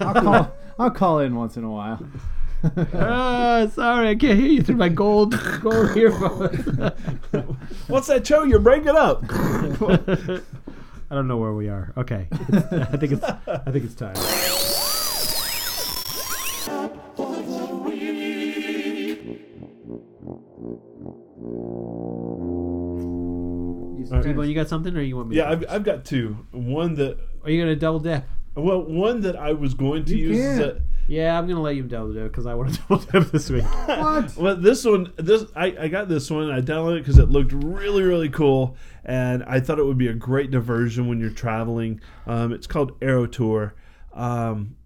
Speaker 4: I'll call. I'll call in once in a while.
Speaker 2: Ah, sorry, I can't hear you through my gold
Speaker 3: [laughs]
Speaker 2: gold earphones.
Speaker 3: What's that show you're breaking up? [laughs]
Speaker 2: I don't know where we are. Okay, I think it's I think it's time.
Speaker 4: You
Speaker 2: Well, you got something, or you want me?
Speaker 3: yeah,
Speaker 2: to
Speaker 3: I've, I've got two. One that,
Speaker 2: Are you gonna double dip?
Speaker 3: well, one that I was going to
Speaker 4: You
Speaker 3: use.
Speaker 4: can't.
Speaker 3: that-
Speaker 2: Yeah, I'm gonna let you double dip because I want to [laughs] double dip this
Speaker 3: [laughs]
Speaker 2: week.
Speaker 4: What?
Speaker 3: Well, this one, this I, I got this one. I downloaded it because it looked really, really cool, and I thought it would be a great diversion when you're traveling. Um, it's called Aero Tour, um,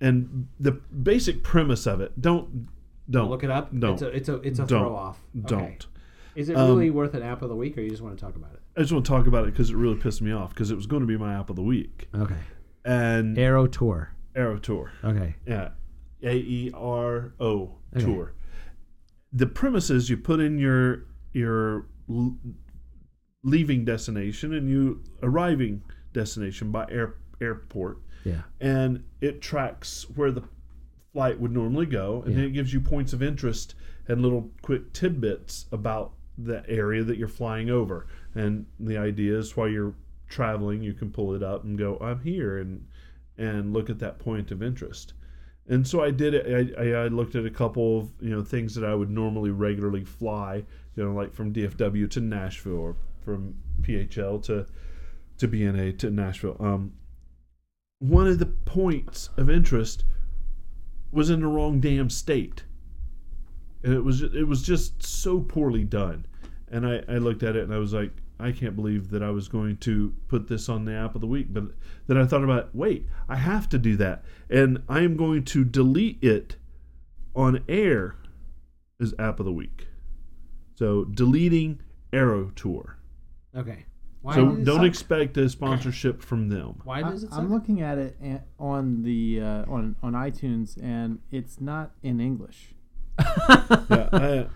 Speaker 3: and the basic premise of it. Don't don't
Speaker 2: Look it up.
Speaker 3: Don't
Speaker 2: It's a it's a it's a
Speaker 3: Don't.
Speaker 2: throw off. Okay.
Speaker 3: don't.
Speaker 2: Is it really worth an app of the week, or you just want to talk about it?
Speaker 3: I just want to talk about it because it really pissed me off because it was going to be my app of the week
Speaker 2: Okay.
Speaker 3: and
Speaker 2: Aero Tour.
Speaker 3: Aero Tour.
Speaker 2: Okay.
Speaker 3: Yeah. A E R O tour. The premise is you put in your your l- leaving destination and you arriving destination by air airport
Speaker 2: Yeah.
Speaker 3: and it tracks where the flight would normally go and then it gives you points of interest and little quick tidbits about the area that you're flying over and the idea is while you're traveling you can pull it up and go i'm here and and look at that point of interest and so i did it I, I, I looked at a couple of you know things that i would normally regularly fly you know like from dfw to nashville or from phl to to bna to nashville um one of the points of interest was in the wrong damn state. And it was it was just so poorly done. And I, I looked at it and I was like, I can't believe that I was going to put this on the app of the week. But then I thought about, wait, I have to do that. And I am going to delete it on air as app of the week. So deleting Arrow Tour.
Speaker 2: Okay. Why?
Speaker 3: So
Speaker 4: does it
Speaker 3: don't
Speaker 4: suck?
Speaker 3: expect a sponsorship from them.
Speaker 2: [laughs] why
Speaker 4: I,
Speaker 2: does it?
Speaker 4: I'm
Speaker 2: suck?
Speaker 4: looking at it a- on the uh, on on iTunes, and it's not in English.
Speaker 3: Yeah, I-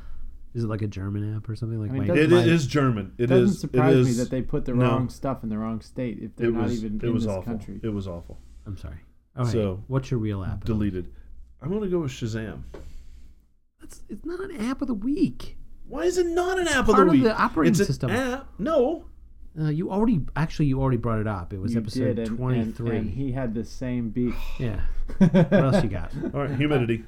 Speaker 2: Is it like a German app or something like? my-
Speaker 4: mean, doesn't-
Speaker 3: It,
Speaker 4: Like-
Speaker 3: it is German. It
Speaker 4: It doesn't
Speaker 3: is- it
Speaker 4: surprise me
Speaker 3: is-
Speaker 4: that they put the
Speaker 3: no.
Speaker 4: wrong stuff in the wrong state if they're
Speaker 3: it
Speaker 4: not
Speaker 3: was,
Speaker 4: even
Speaker 3: it
Speaker 4: in
Speaker 3: was
Speaker 4: this
Speaker 3: awful.
Speaker 4: country.
Speaker 3: It was awful.
Speaker 2: I'm sorry. All right.
Speaker 3: So-
Speaker 2: what's your real app?
Speaker 3: Deleted. I'm gonna go with Shazam.
Speaker 2: That's, it's not an app of the week.
Speaker 3: Why is it not an app of
Speaker 2: part
Speaker 3: the
Speaker 2: of
Speaker 3: week?
Speaker 2: the operating
Speaker 3: it's an
Speaker 2: system.
Speaker 3: app. No,
Speaker 2: Uh, you already actually you already brought it up. It was
Speaker 4: You
Speaker 2: episode
Speaker 4: did, and- and-
Speaker 2: 23.
Speaker 4: and he had
Speaker 3: [laughs]
Speaker 4: the same beat. [laughs]
Speaker 2: yeah. What else you got?
Speaker 3: All right, humidity.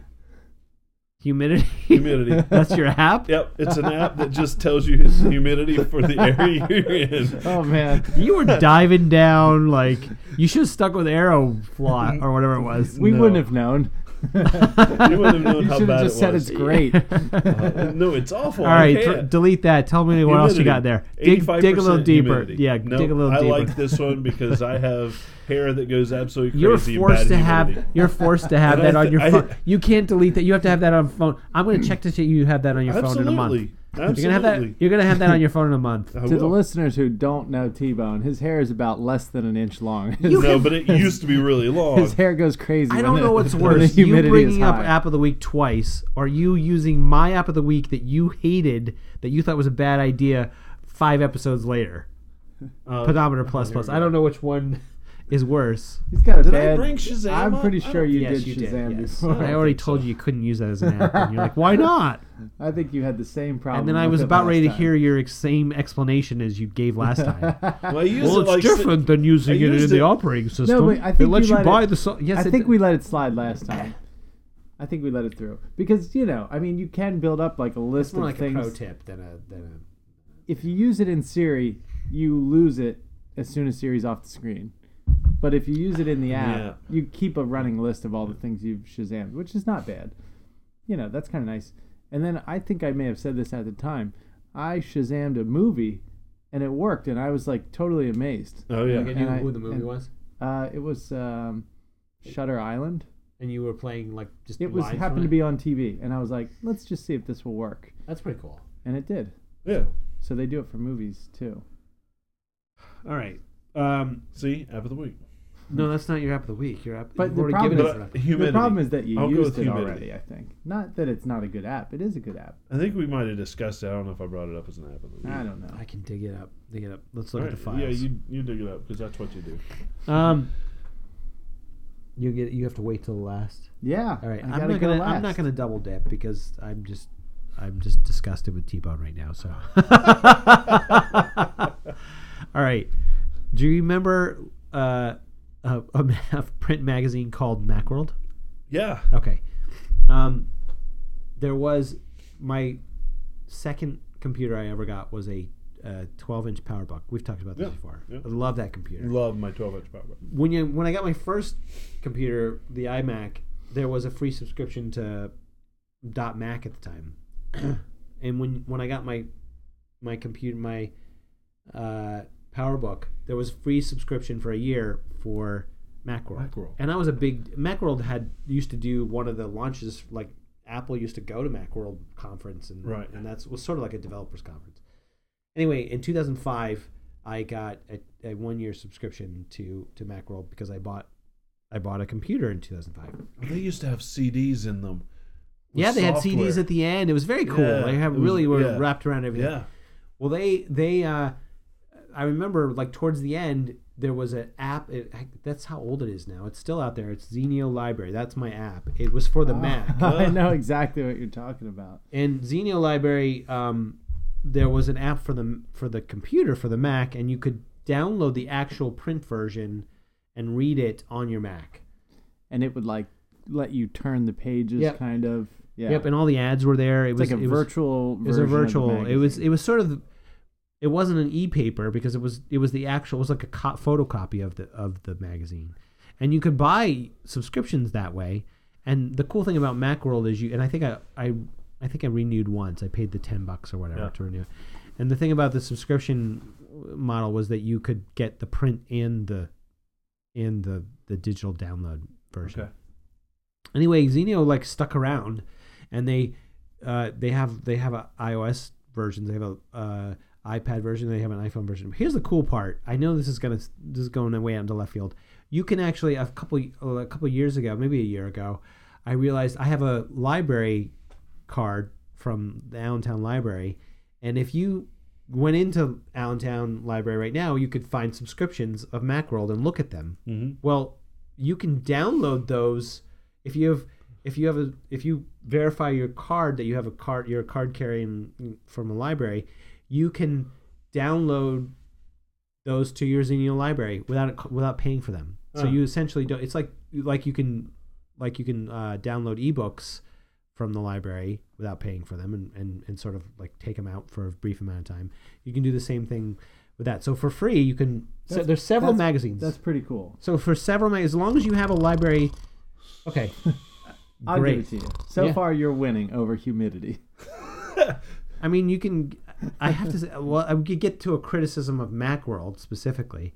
Speaker 2: Humidity.
Speaker 3: Humidity.
Speaker 2: [laughs] That's your app.
Speaker 3: yep, it's an app that just tells you it's humidity for
Speaker 2: [laughs]
Speaker 3: the area you're in.
Speaker 4: Oh man,
Speaker 2: You were diving down like you should have stuck with arrow fly or whatever it was.
Speaker 4: we
Speaker 3: No.
Speaker 4: wouldn't have known.
Speaker 3: You wouldn't
Speaker 4: [laughs]
Speaker 3: have known how
Speaker 4: should
Speaker 3: bad
Speaker 4: have just
Speaker 3: it
Speaker 4: said
Speaker 3: was.
Speaker 4: it's great.
Speaker 3: Uh, [laughs] no, it's awful.
Speaker 2: All right,
Speaker 3: I
Speaker 2: th-
Speaker 3: can't.
Speaker 2: delete that. Tell me what else you got there. Dig, dig a little
Speaker 3: 85%
Speaker 2: deeper.
Speaker 3: humidity.
Speaker 2: Yeah,
Speaker 3: No,
Speaker 2: dig a little
Speaker 3: I
Speaker 2: deeper.
Speaker 3: like this one because I have hair that goes absolutely
Speaker 2: You're
Speaker 3: crazy.
Speaker 2: forced
Speaker 3: about
Speaker 2: to
Speaker 3: humidity.
Speaker 2: have. You're forced to have
Speaker 3: And [laughs] I
Speaker 2: that on
Speaker 3: th-
Speaker 2: your
Speaker 3: I-
Speaker 2: phone. You can't delete that. You have to have that on phone. I'm going to check to see you have that on your phone in a month.
Speaker 3: Absolutely. Absolutely.
Speaker 2: You're gonna have that. You're gonna have that on your phone in a
Speaker 3: [laughs]
Speaker 2: month.
Speaker 3: I
Speaker 4: to the
Speaker 3: will.
Speaker 4: listeners who don't know T-Bone, his hair is about less than an inch long. His,
Speaker 3: No, but it used to be really long.
Speaker 4: his hair goes crazy.
Speaker 2: I
Speaker 4: when
Speaker 2: don't
Speaker 4: the-
Speaker 2: know
Speaker 3: [laughs]
Speaker 2: what's
Speaker 4: [laughs] when the
Speaker 2: worse: you
Speaker 4: humidity is
Speaker 2: bringing up
Speaker 4: high.
Speaker 2: app of the week twice, or you using my app of the week that you hated, that you thought was a bad idea, five episodes
Speaker 3: [laughs]
Speaker 2: later.
Speaker 3: Uh,
Speaker 2: Pedometer plus plus. I don't know which one [laughs] is worse.
Speaker 4: He's got a
Speaker 3: Did I
Speaker 4: bad.
Speaker 3: bring Shazam
Speaker 4: I'm
Speaker 3: up?
Speaker 4: pretty
Speaker 3: I
Speaker 4: sure
Speaker 3: don't-
Speaker 4: you
Speaker 2: Yes,
Speaker 4: did
Speaker 2: you did,
Speaker 4: Shazam
Speaker 2: yes.
Speaker 4: before. [laughs]
Speaker 2: I already told you you couldn't use that as an app, and you're like, "Why not?"
Speaker 4: I think you had the same problem.
Speaker 2: And then I
Speaker 4: with
Speaker 2: was
Speaker 4: it
Speaker 2: about
Speaker 4: last
Speaker 2: ready to
Speaker 4: time.
Speaker 2: hear your ex- same explanation as you gave last
Speaker 4: [laughs]
Speaker 2: time.
Speaker 3: Well, I used
Speaker 2: well,
Speaker 3: it
Speaker 2: it's
Speaker 3: like si-
Speaker 2: different than using
Speaker 3: I
Speaker 2: it in
Speaker 3: used
Speaker 2: the
Speaker 3: it-
Speaker 2: operating system.
Speaker 4: wait, I think
Speaker 2: it lets
Speaker 4: you
Speaker 2: you,
Speaker 4: let
Speaker 2: buy
Speaker 4: it-
Speaker 2: the. So- yes,
Speaker 4: I
Speaker 2: it
Speaker 4: think
Speaker 2: d-
Speaker 4: we let it slide last time. I think we let it through because you know, I mean, you can build up like a list of
Speaker 2: more like
Speaker 4: things.
Speaker 2: a pro tip than a than a.
Speaker 4: If you use it in Siri, you lose it as soon as Siri's off the screen. But if you use it in the app,
Speaker 3: Yeah.
Speaker 4: you keep a running list of all the things you've Shazammed, which is not bad. You know, that's kind of nice. And then I think I may have said this at the time. I Shazammed a movie, and it worked, and I was like totally amazed.
Speaker 3: Oh yeah.
Speaker 2: And you
Speaker 4: And I-
Speaker 2: knew who the movie
Speaker 4: and-
Speaker 2: was,
Speaker 4: Uh, it was um, Shutter Island.
Speaker 2: and you were playing like just.
Speaker 4: It was
Speaker 2: lines
Speaker 4: happened
Speaker 2: from
Speaker 4: to
Speaker 2: it.
Speaker 4: be on TV, and I was like, let's just see if this will work,
Speaker 2: That's pretty cool.
Speaker 4: and it did.
Speaker 3: Yeah.
Speaker 4: So they do it for movies too.
Speaker 2: All right. Um,
Speaker 3: See, app of the week.
Speaker 2: no, that's not your app of the week. Your app.
Speaker 4: But
Speaker 2: you've
Speaker 4: the
Speaker 2: already
Speaker 4: problem
Speaker 2: given
Speaker 4: is-
Speaker 2: us an
Speaker 3: But
Speaker 2: app.
Speaker 3: humidity.
Speaker 4: The problem is that you
Speaker 3: I'll go
Speaker 4: used
Speaker 3: with
Speaker 4: it
Speaker 3: humidity.
Speaker 4: already. I think not that it's not a good app. It is a good app.
Speaker 3: I think we might have discussed it. I don't know if I brought it up as an app of the week.
Speaker 4: I don't know.
Speaker 2: I can dig it up. Dig it up. Let's look
Speaker 3: All
Speaker 2: at the
Speaker 3: right,
Speaker 2: files.
Speaker 3: Yeah, you you dig it up because that's what you do.
Speaker 2: Um, You get you have to wait till the last.
Speaker 4: Yeah.
Speaker 2: All right,
Speaker 4: I
Speaker 2: I'm
Speaker 4: gotta
Speaker 2: not
Speaker 4: go
Speaker 2: gonna I'm not
Speaker 4: last. [laughs]
Speaker 2: gonna double dip because I'm just I'm just disgusted with T-Bone right now. So, [laughs] all right. Do you remember uh, a, a ma- a print magazine called MacWorld?
Speaker 3: Yeah.
Speaker 2: Okay. Um, there was my second computer I ever got was a uh, 12-inch PowerBook. We've talked about this
Speaker 3: Yeah,
Speaker 2: before.
Speaker 3: yeah.
Speaker 2: I love that computer
Speaker 3: Love my 12 inch power. button.
Speaker 2: when you when I got my first computer, the iMac, there was a free subscription to dot Mac at the time, [clears throat] and when when I got my my computer my uh, PowerBook, there was free subscription for a year for MacWorld.
Speaker 3: Macworld.
Speaker 2: and I was a big MacWorld had used to do one of the launches like Apple used to go to MacWorld conference and
Speaker 3: Right.
Speaker 2: and that's was sort of like a developers conference. Anyway, in 2005, I got a, a one year subscription to to MacWorld because I bought I bought a computer in 2005.
Speaker 3: They used to have CDs in them. with
Speaker 2: yeah, they
Speaker 3: software.
Speaker 2: had CDs at the end. It was very cool.
Speaker 3: Yeah,
Speaker 2: they have
Speaker 3: it was-
Speaker 2: really were
Speaker 3: yeah.
Speaker 2: wrapped around everything.
Speaker 3: Yeah.
Speaker 2: Well, they they uh, I remember like towards the end there was an app. It, I, that's how old it is now. It's still out there. It's Xenio Library. That's my app. It was for the Mac.
Speaker 4: [laughs] I know exactly what you're talking about.
Speaker 2: in Xenio Library, um, there was an app for the for the computer for the Mac, and you could download the actual print version and read it on your Mac.
Speaker 4: And it would like let you turn the pages,
Speaker 2: Yep.
Speaker 4: kind of. Yeah.
Speaker 2: Yep, and all the ads were there. It
Speaker 4: it's
Speaker 2: was
Speaker 4: like a
Speaker 2: it was-
Speaker 4: virtual.
Speaker 2: it was a
Speaker 4: version of the
Speaker 2: virtual. It was
Speaker 4: magazine.
Speaker 2: it was sort of it wasn't an e-paper because it was it was the actual it was like a co- photocopy of the of the magazine. And you could buy subscriptions that way. And the cool thing about Macworld is you and I think I I, I think I renewed once. I paid the 10 bucks or whatever
Speaker 3: Yeah.
Speaker 2: to renew. And the thing about the subscription model was that you could get the print and the and the the digital download version
Speaker 3: Okay.
Speaker 2: anyway, Xenio like stuck around, and they uh, they have they have a iOS version, they have a uh, iPad version, they have an iPhone version. Here's the cool part. I know this is gonna this is going way out into left field. You can actually a couple a couple years ago, maybe a year ago, I realized I have a library card from the Allentown Library, and if you went into Allentown Library right now, you could find subscriptions of Macworld and look at them.
Speaker 3: Mm-hmm.
Speaker 2: Well, you can download those if you have if you have a if you verify your card that you have a card you're a card carrying from a library, you can download those to your Xenio library without it, without paying for them. So
Speaker 3: Huh.
Speaker 2: you essentially don't. It's like like you can like you can uh, download ebooks from the library without paying for them and, and, and sort of like take them out for a brief amount of time. You can do the same thing with that. So for free, you can. so
Speaker 4: That's-
Speaker 2: there's several
Speaker 4: that's-
Speaker 2: magazines.
Speaker 4: That's pretty cool.
Speaker 2: So for several, ma- as long as you have a library, okay,
Speaker 4: [laughs] I'll
Speaker 2: great.
Speaker 4: give it to you. So
Speaker 2: Yeah.
Speaker 4: far, you're winning over
Speaker 2: [laughs]
Speaker 4: humidity.
Speaker 2: I mean, you can. I have to say, well, I could get to a criticism of MacWorld specifically,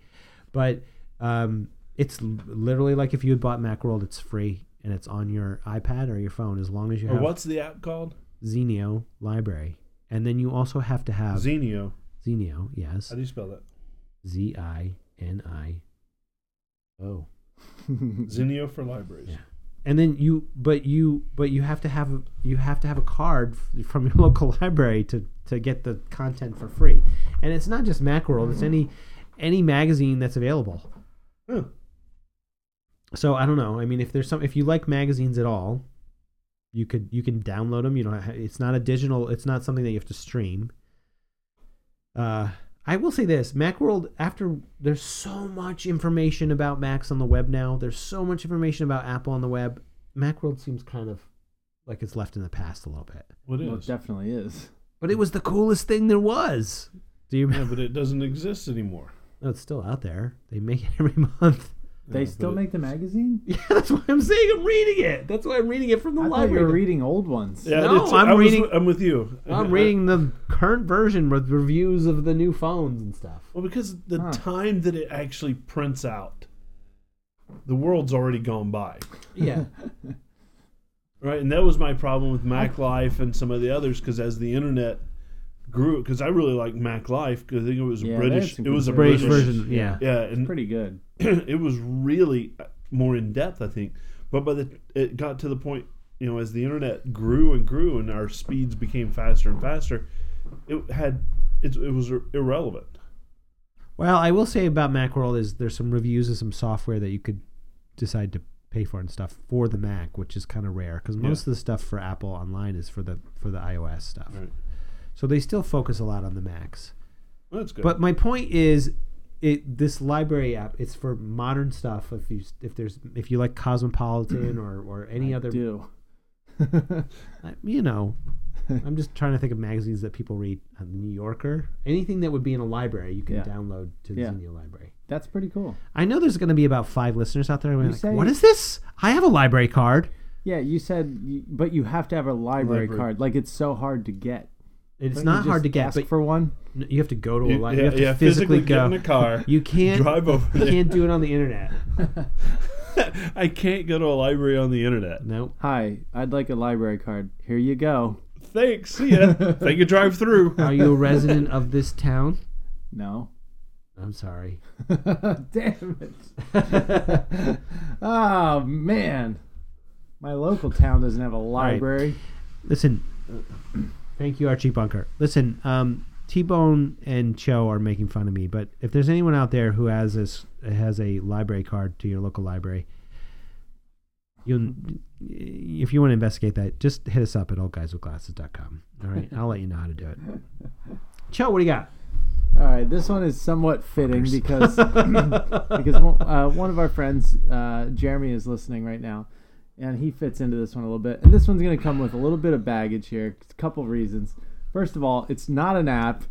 Speaker 2: but um, it's l- literally like if you had bought MacWorld, it's free and it's on your iPad or your phone as long as you
Speaker 3: Or
Speaker 2: have
Speaker 3: what's the app called?
Speaker 2: Xenio Library, and then you also have to have
Speaker 3: Xenio.
Speaker 2: Xenio. Yes,
Speaker 3: How do you spell that?
Speaker 2: Z I N I. Oh.
Speaker 3: Xenio for libraries.
Speaker 2: Yeah. and then you but you but you have to have a- you have to have a card f- from your [laughs] local library to to get the content for free and it's not just macworld it's any any magazine that's available
Speaker 3: Huh.
Speaker 2: so i don't know i mean if there's some if you like magazines at all you could you can download them you don't ha it's not a digital it's not something that you have to stream uh I will say this, Macworld. After there's so much information about Macs on the web now. There's so much information about Apple on the web. Macworld seems kind of like it's left in the past a little bit.
Speaker 3: What
Speaker 4: well,
Speaker 3: is?
Speaker 4: it definitely is.
Speaker 2: But it was the coolest thing there was. Do you
Speaker 3: yeah,
Speaker 2: remember?
Speaker 3: but it doesn't exist anymore.
Speaker 2: No, it's still out there. They make it every [laughs] month.
Speaker 4: They
Speaker 3: Yeah,
Speaker 4: still
Speaker 3: but it-
Speaker 4: make the magazine.
Speaker 2: Yeah, that's why I'm saying I'm reading it. That's why I'm reading it from the
Speaker 4: I thought you
Speaker 2: library.
Speaker 4: were reading old ones.
Speaker 3: Yeah,
Speaker 2: No,
Speaker 3: it's-
Speaker 2: I'm
Speaker 3: I was-
Speaker 2: reading-
Speaker 3: I'm with you.
Speaker 2: [laughs]
Speaker 3: [laughs]
Speaker 2: I'm reading the current version with reviews of the new phones and stuff.
Speaker 3: Well, because the
Speaker 4: Huh.
Speaker 3: time that it actually prints out, the world's already gone by,
Speaker 2: Yeah.
Speaker 3: right? And that was my problem with Mac Life and some of the others, because as the internet grew, because I really like Mac Life, because I think it was
Speaker 4: Yeah,
Speaker 3: a
Speaker 4: they had
Speaker 3: British,
Speaker 4: some
Speaker 3: it was a
Speaker 2: [laughs]
Speaker 4: good
Speaker 2: British
Speaker 3: British,
Speaker 2: version. Yeah.
Speaker 3: yeah, and
Speaker 4: Pretty good.
Speaker 3: [clears throat] it was really uh, more in depth, I think. But by the it got to the point, you know, as the internet grew and grew and our speeds became faster and faster, it had it, it was irrelevant.
Speaker 2: Well, I will say about Macworld is there's some reviews of some software that you could decide to pay for it and stuff for the Mac, which is kind of rare because most of the stuff for Apple online is for the for the iOS stuff.
Speaker 3: Right.
Speaker 2: So they still focus a lot on the Macs.
Speaker 3: Well, that's good.
Speaker 2: But my point is, it this library app it's for modern stuff. If you if there's if you like
Speaker 4: [clears throat]
Speaker 2: Cosmopolitan or or any other,
Speaker 4: do.
Speaker 2: I- you know, I'm just trying to think of magazines that people read. Uh, the New Yorker, anything that would be in a library, you can
Speaker 4: Yeah.
Speaker 2: download to the
Speaker 4: Yeah.
Speaker 2: Xenia library.
Speaker 4: That's pretty cool.
Speaker 2: I know there's going to be about five listeners out there. who are Like,
Speaker 4: say-
Speaker 2: what is this? I have a library card.
Speaker 4: Yeah, you said, you, but you have to have a library,
Speaker 3: Library.
Speaker 4: card. Like it's so hard to get.
Speaker 2: It's
Speaker 4: Don't you
Speaker 2: not hard
Speaker 4: just
Speaker 2: to get,
Speaker 4: ask
Speaker 2: but
Speaker 4: for one.
Speaker 2: n- you have to go to a
Speaker 3: You-
Speaker 2: library.
Speaker 3: yeah,
Speaker 2: you have to
Speaker 3: yeah,
Speaker 2: physically,
Speaker 3: physically get
Speaker 2: go
Speaker 3: in a car,
Speaker 2: [laughs] You can't
Speaker 3: drive over
Speaker 2: You
Speaker 3: there.
Speaker 2: can't do it on the internet.
Speaker 3: [laughs] I can't go to a library on the internet.
Speaker 2: No,
Speaker 4: Hi, I'd like a library card. Here you go.
Speaker 3: Thanks. See ya. Take a drive through.
Speaker 2: are you a resident of this town?
Speaker 4: No. [laughs]
Speaker 2: I'm sorry.
Speaker 4: Damn
Speaker 2: [laughs]
Speaker 4: it. [laughs] oh man. My local town doesn't have a library.
Speaker 2: Listen, thank you, Archie Bunker. Listen, um, T Bone and Cho are making fun of me, but if there's anyone out there who has this has a library card to your local library, you if you want to investigate that, just hit us up at oldguyswithglasses.com. All right, I'll let you know how to do it. Cho, what do you got?
Speaker 4: All right, this one is somewhat fitting
Speaker 3: [laughs]
Speaker 4: because because one- uh, one of our friends, uh, Jeremy, is listening right now, and he fits into this one a little bit. And this one's going to come with a little bit of baggage here. A couple reasons. First of all, it's not an app;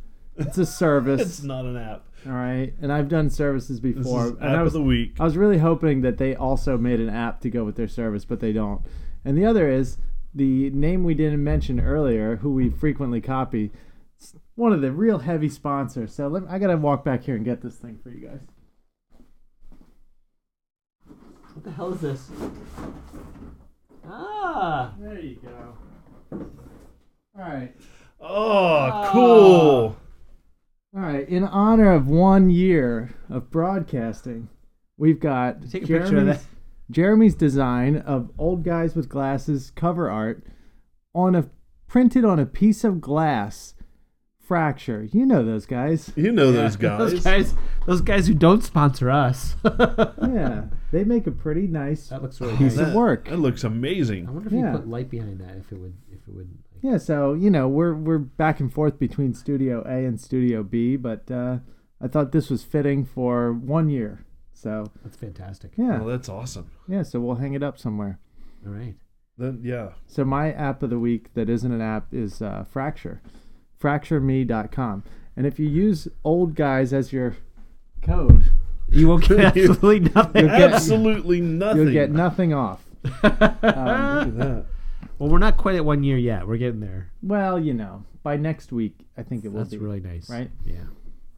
Speaker 3: [laughs]
Speaker 4: it's a service.
Speaker 3: It's not an app.
Speaker 4: all right, and I've done services
Speaker 3: This
Speaker 4: before.
Speaker 3: is
Speaker 4: and I
Speaker 3: app
Speaker 4: was,
Speaker 3: of the week.
Speaker 4: I was really hoping that they also made an app to go with their service, but they don't. And the other is the name we didn't mention earlier, who we frequently copy. It's one of the real heavy sponsors. So let me, I gotta walk back here and get this thing for you guys.
Speaker 2: What the hell is this? Ah,
Speaker 4: There you go. All right,
Speaker 3: Oh, cool.
Speaker 4: all right. In honor of one year of broadcasting, we've got
Speaker 2: Take a picture of that.
Speaker 4: Jeremy's design of old guys with glasses cover art on a printed on a piece of glass fracture. You know those guys.
Speaker 3: You know those guys.
Speaker 2: those guys, those guys who don't sponsor us. [laughs]
Speaker 4: Yeah. they make a pretty nice
Speaker 2: That looks really
Speaker 4: piece
Speaker 2: nice.
Speaker 4: of work.
Speaker 3: That looks
Speaker 2: I
Speaker 3: amazing.
Speaker 2: wonder if
Speaker 4: Yeah.
Speaker 2: you put light behind that if it would if it would like,
Speaker 4: Yeah, so you know, we're we're back and forth between Studio A and Studio B, but uh, I thought this was fitting for one year. So
Speaker 2: that's fantastic.
Speaker 4: yeah.
Speaker 3: Well, that's awesome.
Speaker 4: yeah, so we'll hang it up somewhere.
Speaker 2: All right.
Speaker 3: Then yeah.
Speaker 4: So my app of the week that isn't an app is uh, Fracture, fractureme.com. And if you use old guys as your code,
Speaker 2: [laughs] You won't get absolutely nothing.
Speaker 4: You'll get-
Speaker 3: Absolutely nothing.
Speaker 4: you'll get nothing off. Um,
Speaker 3: Look at that.
Speaker 2: well, we're not quite at one year yet. We're getting there.
Speaker 4: well, you know, by next week I think it will
Speaker 2: That's
Speaker 4: be
Speaker 2: really nice.
Speaker 4: right.
Speaker 2: Yeah.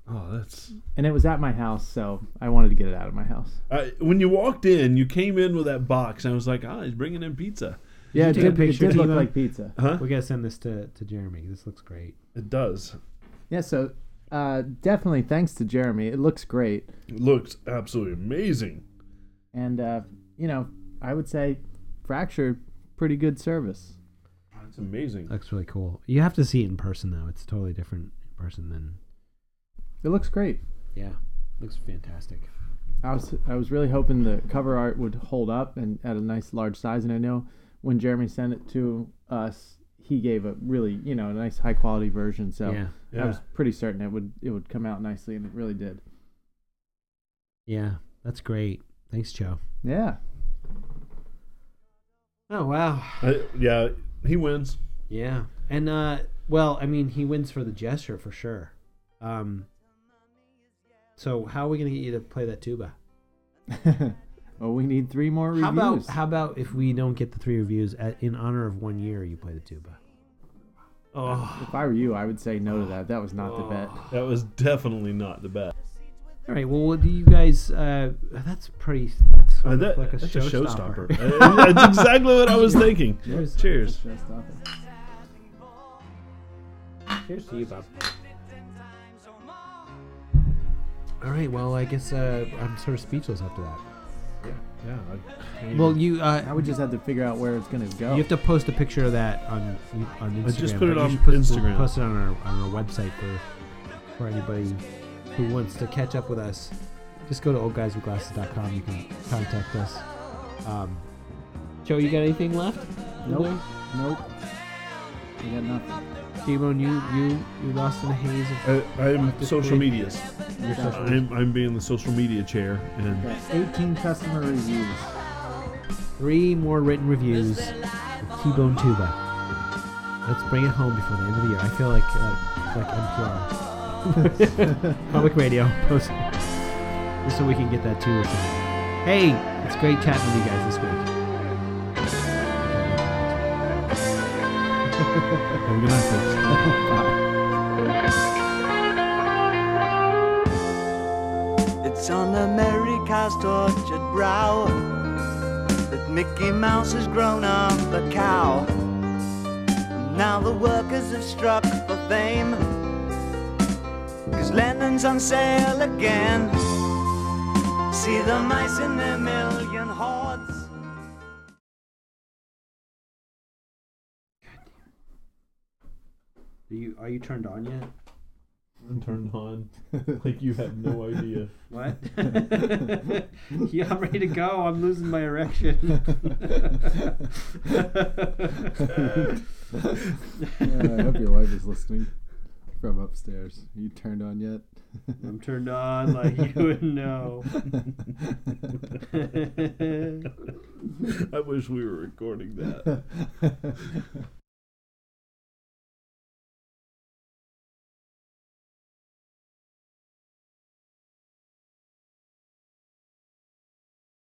Speaker 3: Oh, that's.
Speaker 4: And it was at my house, so I wanted to get it out of my house.
Speaker 3: I, when you walked in, you came in with that box, and I was like, "Ah, he's bringing in pizza."
Speaker 4: yeah,
Speaker 2: you
Speaker 4: it
Speaker 2: take a
Speaker 4: did, it
Speaker 2: picture,
Speaker 4: did look
Speaker 2: Timo?
Speaker 4: like pizza.
Speaker 3: Huh?
Speaker 2: We gotta send this to, to Jeremy. This looks great.
Speaker 3: It does.
Speaker 4: Yeah, so uh, definitely thanks to Jeremy, it looks great.
Speaker 3: It looks absolutely amazing.
Speaker 4: And uh, you know, I would say Fracture, pretty good service.
Speaker 3: It's amazing.
Speaker 2: Looks really cool. You have to see it in person though. It's totally different in person than
Speaker 4: It looks great.
Speaker 2: yeah. Looks fantastic.
Speaker 4: I was I was really hoping the cover art would hold up and at a nice large size. And I know when Jeremy sent it to us, he gave a really you know a nice high quality version. So
Speaker 2: Yeah.
Speaker 4: I
Speaker 3: Yeah.
Speaker 4: was pretty certain it would it would come out nicely, and it really did.
Speaker 2: Yeah. That's great. Thanks, Joe.
Speaker 4: Yeah,
Speaker 2: Oh wow.
Speaker 3: I, yeah. He wins.
Speaker 2: Yeah. And uh well, I mean, he wins for the gesture for sure. Um So, how are we going to get you to play that tuba?
Speaker 4: well, we need three more reviews.
Speaker 2: How about how about if we don't get the three reviews at, in honor of one year, you play the tuba? Oh,
Speaker 4: if I were you, I would say no to that. That was not the bet.
Speaker 3: That was definitely not the best.
Speaker 2: all right. Well, what do you guys? Uh, that's pretty. That's sort
Speaker 3: Uh,
Speaker 2: of
Speaker 3: that-
Speaker 2: like a
Speaker 3: that's
Speaker 2: showstopper.
Speaker 3: [laughs] a showstopper. Uh, that's exactly what I was thinking.
Speaker 2: Cheers.
Speaker 3: Cheers.
Speaker 2: Cheers to you, Bob. All right. Well, I guess uh, I'm sort of speechless after that.
Speaker 3: Yeah. I, I-
Speaker 2: Well, you.
Speaker 4: I
Speaker 2: Uh,
Speaker 4: would just have to figure out where it's gonna go.
Speaker 2: you have to post a picture of that on on Instagram.
Speaker 3: I just put
Speaker 2: but
Speaker 3: it
Speaker 2: you
Speaker 3: on
Speaker 2: should post-
Speaker 3: Instagram.
Speaker 2: Post it on our on our website for for anybody who wants to catch up with us. Just go to oldguyswithglasses.com. You can contact us. Um,
Speaker 5: Joe, you got anything left? in
Speaker 2: Nope.
Speaker 5: there?
Speaker 4: Nope. I got nothing.
Speaker 2: T-Bone, you you you lost in the haze of
Speaker 3: I, I'm social medias.
Speaker 2: your social.
Speaker 3: I'm, I'm being the social media chair, and
Speaker 4: Got 18 customer reviews.
Speaker 2: Three more written reviews. of T-Bone Tuba. Let's bring it home before the end of the year. I feel like uh, like NPR, [laughs] public radio, post- just so we can get that too. Hey, it's great chatting with you guys this week.
Speaker 3: have a good night, folks.
Speaker 6: It's on America's tortured brow that Mickey Mouse has grown up a cow. And now the workers have struck for fame. Cause Lennon's on sale again. See the mice in their million hordes.
Speaker 2: Are you are you turned on yet?
Speaker 3: I'm turned
Speaker 2: [laughs]
Speaker 3: on. Like you have no idea. [laughs]
Speaker 2: What? [laughs] yeah, I'm ready to go. I'm losing my [laughs] erection.
Speaker 4: Uh, I hope your wife is listening from upstairs. Are you turned on yet?
Speaker 2: I'm turned on like [laughs] you would
Speaker 4: [laughs]
Speaker 2: know. [laughs]
Speaker 3: I wish we were recording that.